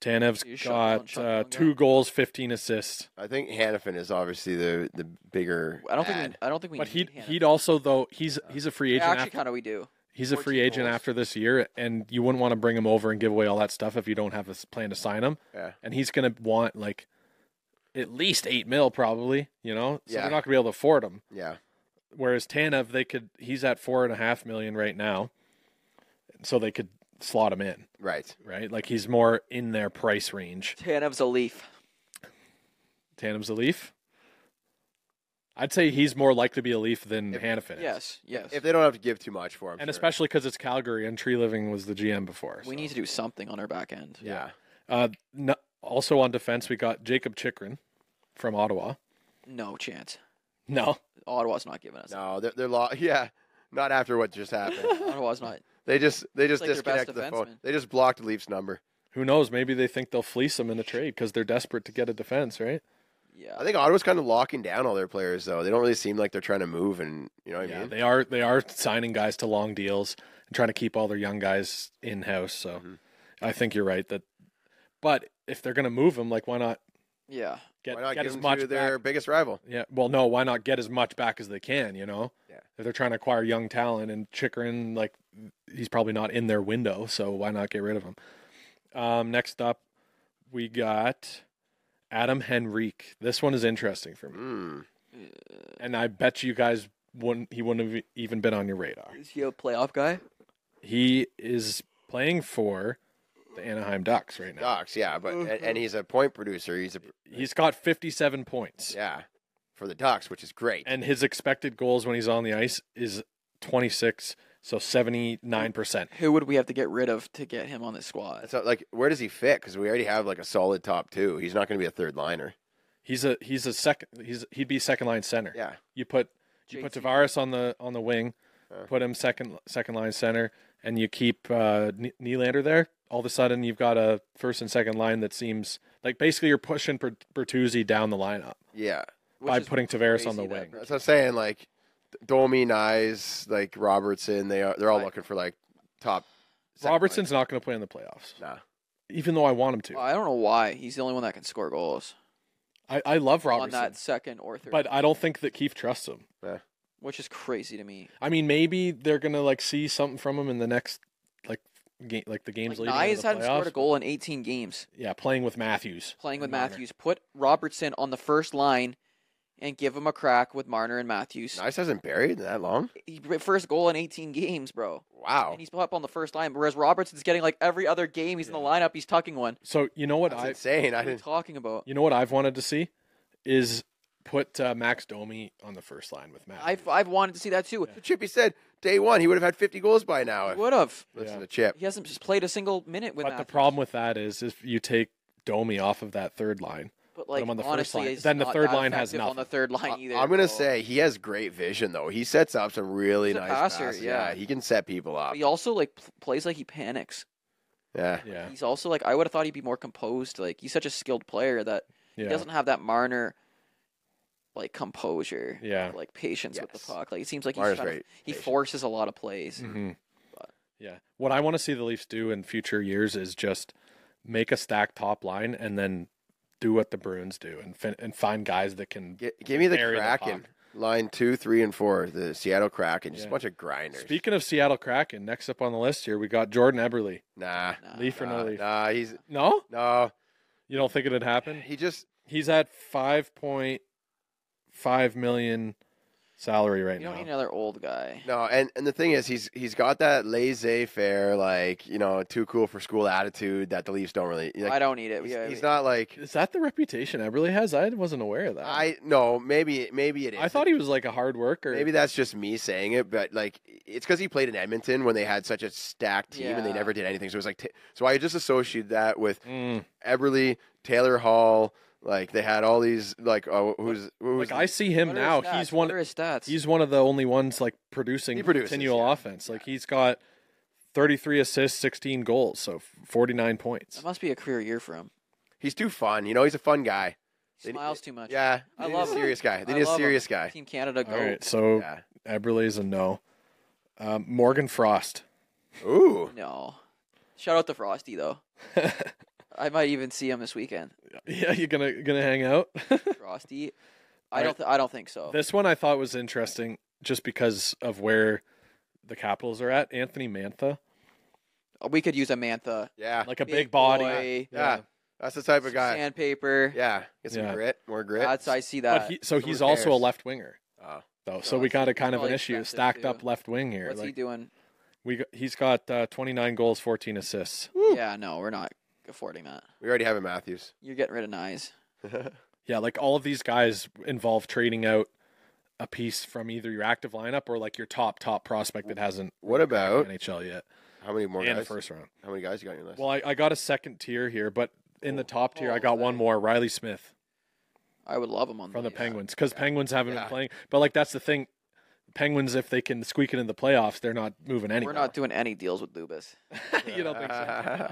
Tanev's
You shut down,
got
shut
uh,
down,
two
guy.
goals, fifteen assists.
I think Hannafin is obviously the the bigger.
I don't think
ad.
we, I don't think we.
But
need
he'd
Hanif.
he'd also though he's he's a free
Yeah,
agent.
actually
After,
kind of we do.
he's a
14
free agent
goals.
after this year, and you wouldn't want to bring him over and give away all that stuff if you don't have a s- plan to sign him.
Yeah.
And he's going to want like at least eight mil, probably. You know, so
Yeah.
they're not going to be able to afford him.
yeah.
Whereas Tanev, they could he's at four and a half million right now, so they could slot him in.
Right.
right? Like he's more in their price range.
Tanev's a leaf.
Tandem's a Leaf. I'd say he's more likely to be a Leaf than
If-
Hannafin. is.
Yes, yes.
If they don't have to give too much for him.
and
sure.
especially because it's Calgary and Tree Living was the GM before.
we
so.
need to do something on our back end.
Yeah.
Uh, no, also on defense, we got Jacob Chikrin from Ottawa.
No chance.
No,
Ottawa's not giving us.
No, they're they're lo- Yeah. Not after what just happened.
Ottawa's not.
they just they just
like their best
disconnected the
defenseman.
phone. They just blocked Leaf's number.
who knows? Maybe they think they'll fleece him in a trade because they're desperate to get a defense, right?
Yeah,
I think Ottawa's kind of locking down all their players though. They don't really seem like they're trying to move, and you know what I
Yeah,
mean.
they are. They are signing guys to long deals and trying to keep all their young guys in house. So,
Mhm.
I think you're right that. But if they're going to move him, like why not
yeah.
get,
Why not
get
give
as
them
much
to their
back.
biggest rival?
Yeah, well, no, why not get as much back as they can? You know,
Yeah.
if they're trying to acquire young talent and Chikrin, like he's probably not in their window, so why not get rid of him? Um, next up, we got Adam Henrique. This one is interesting for me,
Mm.
and I bet you guys wouldn't. He wouldn't have e, even been on your radar.
Is he a playoff guy?
He is playing for the Anaheim Ducks right now.
Ducks, yeah, but and, and he's a point producer. He's a
He's got 57 points.
yeah for the Ducks, which is great.
and his expected goals when he's on the ice is 26 so 79%
Who would we have to get rid of to get him on the squad?
So, like, where does he fit? Because we already have like a solid top two. He's not going to be a third liner.
he's a he's a second he's he'd be second line center
Yeah,
you put you put
JT.
Tavares on the on the wing
Uh.
put him second second line center and you keep uh Ny- Nylander there all of a sudden you've got a first and second line that seems like basically you're pushing Bert- Bertuzzi down the lineup
yeah.
Which
by
is
putting Tavares on
crazy
the
that-
wing
That's what I'm saying. Like, Domi, Nyes, like Robertson. They are they're all
Right.
looking for like top. second
Robertson's not going to play in the playoffs
line. Nah.
even though I want him to
I don't know why he's the only one that can score goals
I, I love
on
Robertson
that second or third,
but I don't think that Keith trusts him
which is crazy to me.
I mean, maybe they're gonna like see something from him in the next like game, like the games
Like
leading into
Nyes
the
hadn't
playoffs.
scored a goal in 18 games.
Yeah, playing with Matthews.
Playing with
And Marner.
Matthews, put Robertson on the first line, and give him a crack with Marner and Matthews.
Nyes hasn't buried in that long.
He- First goal in 18 games, bro.
Wow.
And he's up on the first line, whereas Robertson's getting like every other game he's in the lineup, he's tucking one.
So you know what
That's
I
insane.
What
I
are you
didn't.
talking about?
you know what I've wanted to see is put uh, Max Domi on the first line with Matt.
I've I've wanted to see that too.
Chippy said day one he would have had 50 goals by now.
He
If,
would have.
listen
Yeah.
to Chip.
He hasn't just played a single minute with
but the
Matthews.
problem with that is if you take Domi off of that third line,
But like
him on the first
honestly,
line.
he's
Then the
not
third
that
line has
effective on the
nothing.
third line
I-
either.
I'm gonna
bro.
say he has great vision though. He sets up some really
He's a
nice
passer,
passes.
yeah.
he can set people up.
But he also like pl- plays like he panics.
Yeah,
yeah,
He's also like I would have thought he'd be more composed. Like he's such a skilled player that he
yeah,
doesn't have that Marner like composure,
yeah.
like patience with the
Yes.
puck. Like it seems like he's
Marner's
trying to-
very
he
patient.
forces a lot of plays.
Mhm.
But-
Yeah. What I want to see the Leafs do in future years is just make a stacked top line and then do what the Bruins do and fin- and find guys that can
Gi- give me the
Bury the puck.
Kraken line two, three, and four. The Seattle Kraken, just
Yeah.
a bunch of grinders.
Speaking of Seattle Kraken, next up on the list here, we got Jordan Eberle.
nah,
Nah.
Leaf or no
nah,
leaf?
nah, he's
No,
no.
you don't think it'd happen?
He just
He's at five point five million salary right
You don't
now.
need another old guy.
No, and, and the thing is, he's he's got that laissez-faire, like you know, too cool for school attitude that the Leafs don't really. Like,
I don't need it.
he's,
yeah, we-
he's not like
Is that the reputation Eberle has? I wasn't aware of that.
I. No, maybe maybe it is.
I thought he was like a hard worker.
Maybe that's just me saying it, but like it's because he played in Edmonton when they had such a stacked team and they
Yeah.
never did anything. So it was like, t- so I just associated that with
Mm.
Eberly, Taylor Hall. Like they had all these like oh who's who's
Like I see him
What are
now.
his stats?
He's one.
What are his stats?
He's one of the only ones like producing
He produces,
continual
yeah.
offense. Like he's got 33 assists, 16 goals, so 49 points.
That must be a career year for him.
he's too fun. You know he's a fun guy.
He
They-
smiles too much.
Yeah,
I
they need
love
a
him.
serious guy. They
I
need a
love him.
serious guy.
Team Canada, go.
All right, so
Yeah.
Eberle is a no. Um, Morgan Frost.
Ooh,
No. Shout out to Frosty though. I might even see him this weekend.
yeah, you're gonna gonna hang out.
Frosty.
All
I don't. Th- I don't think so.
This one I thought was interesting just because of where the Capitals are at. Anthony Mantha,
we could use a Mantha.
yeah,
like a big,
Big
body.
boy.
Yeah. that's the type of guy.
Sandpaper.
Yeah, get some
Yeah.
grit, more grit.
That's. I see that.
But he, so
Who
he's also a
cares?
left winger.
Oh.
Though, so
Oh,
we got a
he's
kind of an
probably
issue,
expensive,
stacked up
too.
left wing here.
What's he
Like
doing?
we, got, he's got uh, 29 goals, 14 assists.
Yeah. No, we're not affording that.
we already have a Matthews.
You're getting rid of Nyes.
Yeah, like all of these guys involve trading out a piece from either your active lineup or like your top top prospect that hasn't
What
Oh.
about
NHL yet
how many more
in the
guys?
first round.
How many guys you got on your list?
Well, I, I got a second tier here, but in
Oh.
the top tier, I got one
Holy.
more, Riley Smith.
I would love him on
from the
Leafs.
Penguins because Penguins haven't
Yeah.
been playing. But like that's the thing, Penguins if they can squeak it in the playoffs, they're not moving anywhere.
We're not doing any deals with Dubas.
you don't think so?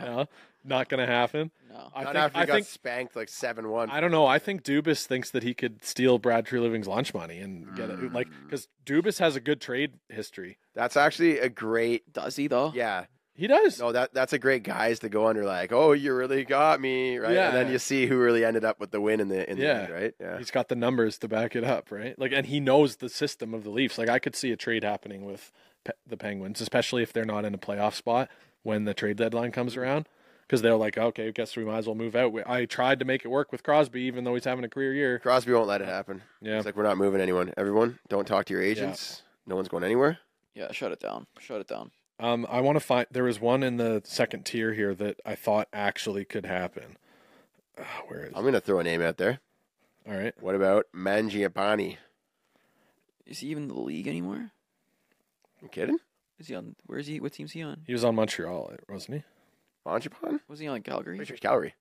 No, not gonna happen.
No.
I
Not
think.
after you
I
got
think.
spanked like seven one.
I don't know. I think Dubas thinks that he could steal Brad True Living's lunch money and get it, like
Mm.
because Dubas has a good trade history.
That's actually a great.
Does he though?
Yeah,
He does.
no, that that's a great guys to go under. Like, oh, you really got me, right? And then
Yeah.
you see who really ended up with the win in the in the
Yeah.
end, right? Yeah,
He's got the numbers to back it up, right? Like, and he knows the system of the Leafs. Like, I could see a trade happening with pe- the Penguins, especially if they're not in a playoff spot when the trade deadline comes around, because they're like, okay, I guess we might as well move out. We- I tried to make it work with Crosby, even though he's having a career year.
Crosby won't let it happen.
Yeah,
It's like we're not moving anyone. Everyone, don't talk to your agents. No one's going anywhere.
Yeah. Shut it down. Shut it down.
Um, I want to find. There was one in the second tier here that I thought actually could happen. Uh, where is?
I'm gonna throw a name out there.
All right,
What about Mangiapane?
Is he even in the league anymore?
You kidding?
Is he on? Where is he? What team's he on?
he was on Montreal, wasn't he?
Mangiapane?
Was he on Calgary?
Richard Calgary.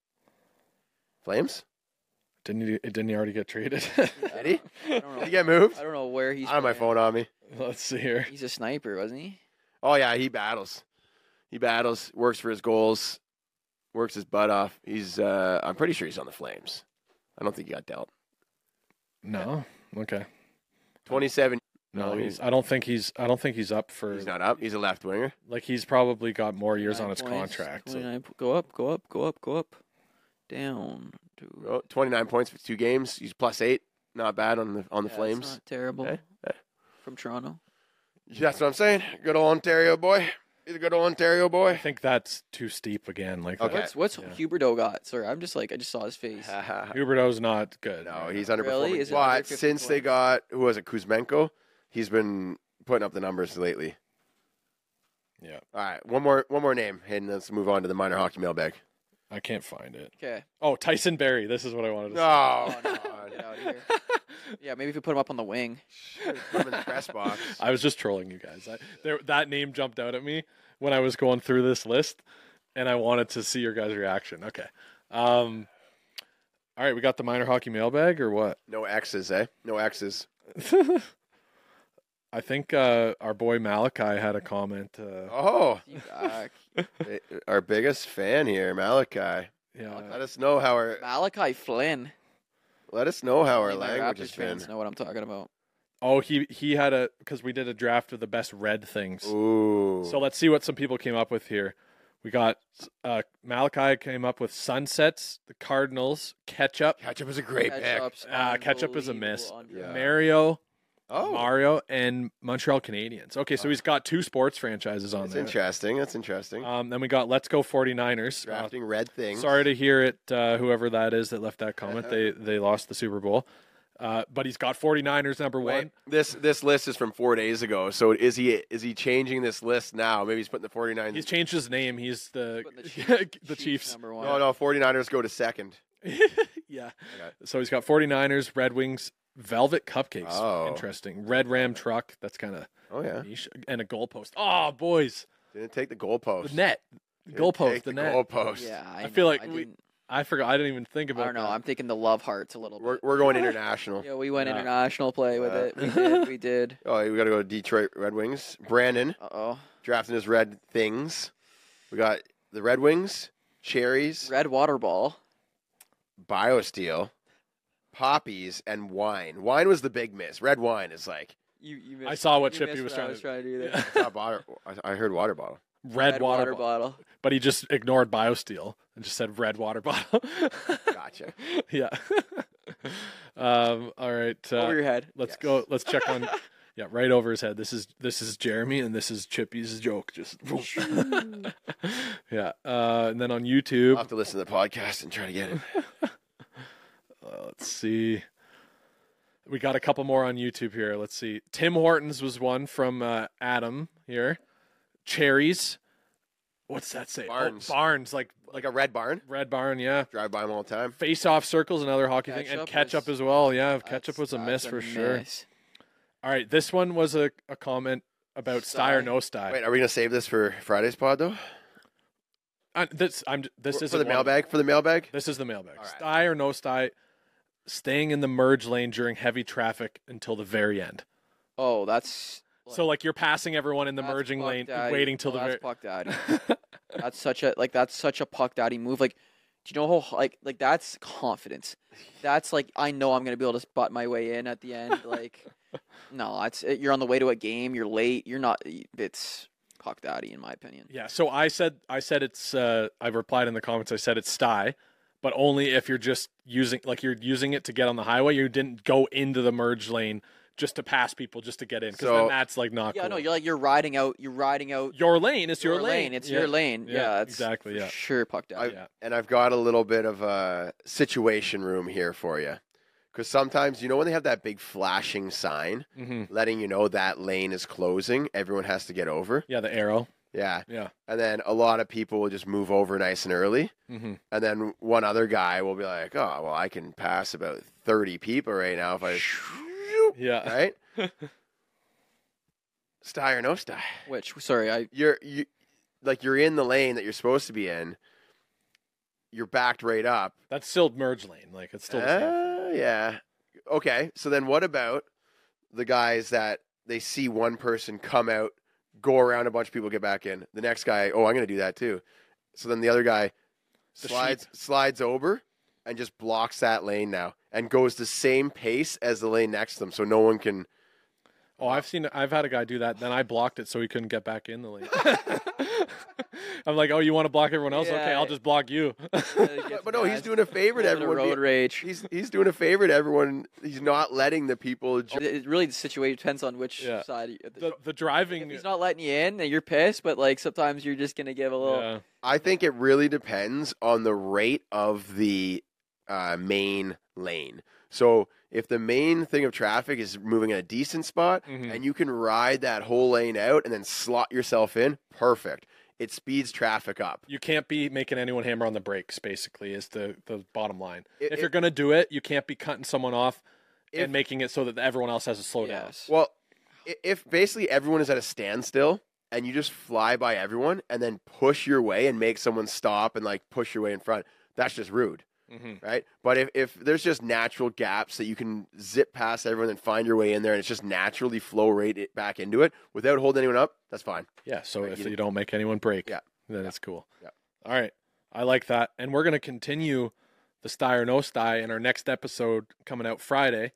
Flames?
Didn't he? Didn't he already get traded?
I
Did he?
don't know.
Did he get moved?
I don't know where he's.
I don't have my
playing.
phone on me.
Let's see here.
He's a sniper, wasn't he?
Oh yeah, he battles. He battles. Works for his goals. Works his butt off. He's. Uh, I'm pretty sure he's on the Flames. I don't think he got dealt.
No. Okay.
27.
No,
No,
he's.
he's-
I don't think he's. I don't think he's up for.
Um, He's not up. He's a left winger.
Like he's probably got more years on his
29 points,
contract. so-
29 po- go up, go up, go up, go up, down. To,
Oh, 29 points for two games. He's plus eight. Not bad on the on
Yeah,
the
it's
Flames.
not terrible.
Eh,
From Toronto.
That's what I'm saying. Good old Ontario boy. He's a good old Ontario
I
boy.
think that's too steep again. Like
Okay.
that's-
What's what's
Eh, Yeah.
Huberdeau got? Sorry, I'm just like I just saw his face.
no,
Huberto's not good. right
he's
now.
underperforming.
Really? Is it under
but
50
since they
points?
got who was it, Kuzmenko, he's been putting up the numbers lately.
Yeah.
All right, one more one more name, and let's move on to the minor hockey mailbag.
I can't find it.
Okay.
Oh, Tyson Berry. This is what I wanted to. say.
No,
Oh, no, get out of here. Yeah, maybe if we put him up on the wing.
Put him in the press box.
I was just trolling you guys. I, there, that name jumped out at me when I was going through this list, and I wanted to see your guys' reaction. Okay. Um. All right, we got the minor hockey mailbag or what?
No X's, eh? No X's.
I think uh, our boy Malachi had a comment. Uh,
Oh,
You back.
eh, our biggest fan here, Malachi.
Uh,
yeah,
Let us know how our
Malachi Flynn.
let us know how our
Only my
language is
Raptors fans
been.
know what I'm talking about.
Oh, he he had a because we did a draft of the best red things.
Ooh.
So let's see what some people came up with here. We got uh, Malachi came up with sunsets, the Cardinals, ketchup,
Ketchup is a great pick.
Ketchup's
Ah, ketchup is a
unbelievable
miss.
under-
Yeah.
Mario,
Oh,
Mario, and Montreal Canadiens. Okay, so he's got two sports franchises on
that's
there.
interesting. That's interesting.
Um, then we got Let's Go 49ers. Uh,
Drafting red things.
sorry to hear it, uh, whoever that is that left that comment. they they lost the Super Bowl. Uh, but he's got 49ers number
Wait,
one.
this this list is from four days ago. So is he is he changing this list now? Maybe he's putting the 49ers.
He's changed his name. He's the
Putting
the Chiefs.
number one.
no, no, 49ers go to second.
yeah.
Okay.
So he's got 49ers, Red Wings, Velvet Cupcakes.
Oh.
Interesting. Red Ram truck. That's kind of
Oh yeah,
niche. And a goalpost. Oh, boys.
didn't take the
The
goalpost.
net.
Didn't
Goalpost.
take
The net.
Goalpost.
Yeah, I,
I feel
know,
like
I,
we-
didn't-
I forgot. I didn't even think
I
about
don't know.
that.
I'm thinking the love hearts a little
We're
bit.
we're going international.
Yeah, we went
Yeah.
international play with
Uh,
it. We did. We did.
Oh, we got to go to Detroit Red Wings. Brandon
Uh oh.
drafting his red things. We got the Red Wings, cherries,
Red water ball.
BioSteel, poppies, and wine. Wine was the big miss. Red wine is like
You, you
I
missed-
saw what
you
Chippy
missed
was
what
trying
I
to
was trying to do there.
Yeah.
I thought water- I I heard water bottle.
Red, water, bottle.
bottle.
But he just ignored BioSteel and just said red water bottle.
Gotcha.
yeah. um, all right. Uh,
Over your head.
let's
Yes.
go. Let's check on. yeah, right over his head. This is this is Jeremy, and this is Chippy's joke. Just yeah. Uh, and then on YouTube,
I'll have to listen to the podcast and try to get it.
uh, let's see. We got a couple more on YouTube here. Let's see. Tim Hortons was one from uh, Adam here. Cherries. What's that say? Oh,
Barnes.
Barnes, like
Like a red barn.
Red Barn. Yeah.
Drive by them all the time.
Face off circles, another hockey thing, and
Ketchup
ketchup
was-
as well. Yeah,
That's-
ketchup was a
that's
miss for sure.
miss.
All right, this one was a, a comment about sty or
Sty.
no sty.
Wait, are we gonna save this for Friday's pod though?
I, Uh, this I'm this
for,
is
for the mailbag. For the mailbag.
This is the mailbag.
All right.
Sty or no sty, staying in the merge lane during heavy traffic until the very end.
Oh, that's
so like you're passing everyone in the
that's
merging
puck
lane,
daddy.
waiting till
Oh,
the
that's
very.
puck daddy. that's such a like that's such a puck daddy move. Like, do you know how like like that's confidence. That's like I know I'm gonna be able to butt my way in at the end. Like, no, it's it, you're on the way to a game. You're late. You're not. It's puck daddy in my opinion.
Yeah. So I said I said it's uh I replied in the comments I said it's sty, but only if you're just using like you're using it to get on the highway. You didn't go into the merge lane just to pass people just to get in because
So-
then that's like not
yeah,
cool.
no, you're like you're riding out. You're riding out
your lane is your,
lane. It's your lane. Yeah, that's
exactly.
for
Yeah.
sure puck daddy.
I-
yeah.
And I've got a little bit of a situation room here for you, because sometimes you know when they have that big flashing sign
Mm-hmm.
letting you know that lane is closing, everyone has to get over.
Yeah, the arrow.
Yeah.
Yeah.
And then a lot of people will just move over nice and early.
Mm-hmm.
And then one other guy will be like, oh, well, I can pass about 30 people right now if I just,
Yeah.
right? sty or no sty.
Which sorry, I
You're, you, like, you're in the lane that you're supposed to be in. You're backed right up.
That's still merge lane. Like it's still. the same thing.
Uh, yeah. Okay. So then what about the guys that they see one person come out, go around a bunch of people, get back in. The next guy, oh, I'm going to do that too. So then the other guy
The
slides slides over and just blocks that lane now and goes the same pace as the lane next to them so no one can
Oh, I've seen. I've had a guy do that. Then I blocked it so he couldn't get back in the lane. I'm like, oh, you want to block everyone else? okay,
Yeah.
I'll just block you.
But, but no, he's doing a favor to
a
everyone.
road
Be-
rage.
He's he's doing a favor to everyone. He's not letting the people
It-
ju-
It really the situation depends on which
Yeah.
side. You,
the, the
if
driving.
he's not letting you in, then you're pissed. But like sometimes you're just gonna give a little.
yeah.
I think it really depends on the rate of the uh, main lane. So if the main thing of traffic is moving in a decent spot
Mhm.
and you can ride that whole lane out and then slot yourself in, perfect. It speeds traffic up.
You can't be making anyone hammer on the brakes. Basically, is the the bottom line.
It-
if
it-
you're gonna do it, you can't be cutting someone off
If-
and making it so that everyone else has to slow down.
Yes.
Well, i- if basically everyone is at a standstill and you just fly by everyone and then push your way and make someone stop and like push your way in front, that's just rude.
Mhm.
right? But if, if there's just natural gaps that you can zip past everyone and find your way in there, and it's just naturally flow rate it back into it without holding anyone up, that's fine.
Yeah. So
Right,
if
you-
you, don't make anyone break,
Yeah.
then it's cool.
Yeah.
All right. I like that. And we're going to continue the sty or no sty in our next episode coming out Friday.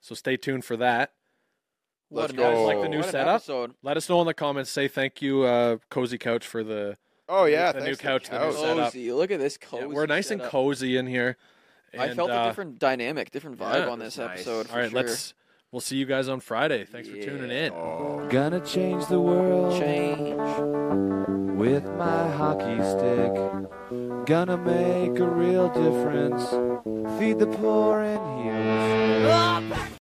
So stay tuned for that.
Let's
an
go.
episode.
Like the new
What an
setup?
episode.
Let us know in the comments. Say thank you, uh, Cozy Couch, for the.
Oh
The-
yeah,
the new
thanks to
couch, the new
couch.
set. setup.
Cozy. Look at this
Yeah,
cozy.
we're nice and
setup.
cozy in here.
I
And,
felt
uh,
a different dynamic, different vibe
yeah.
on this
That's nice.
episode.
All right.
for sure.
Let's. We'll see you guys on Friday. Thanks for tuning in.
Oh.
Gonna change the world
change.
with my hockey stick. Gonna make a real difference. Feed the poor and heal the sick.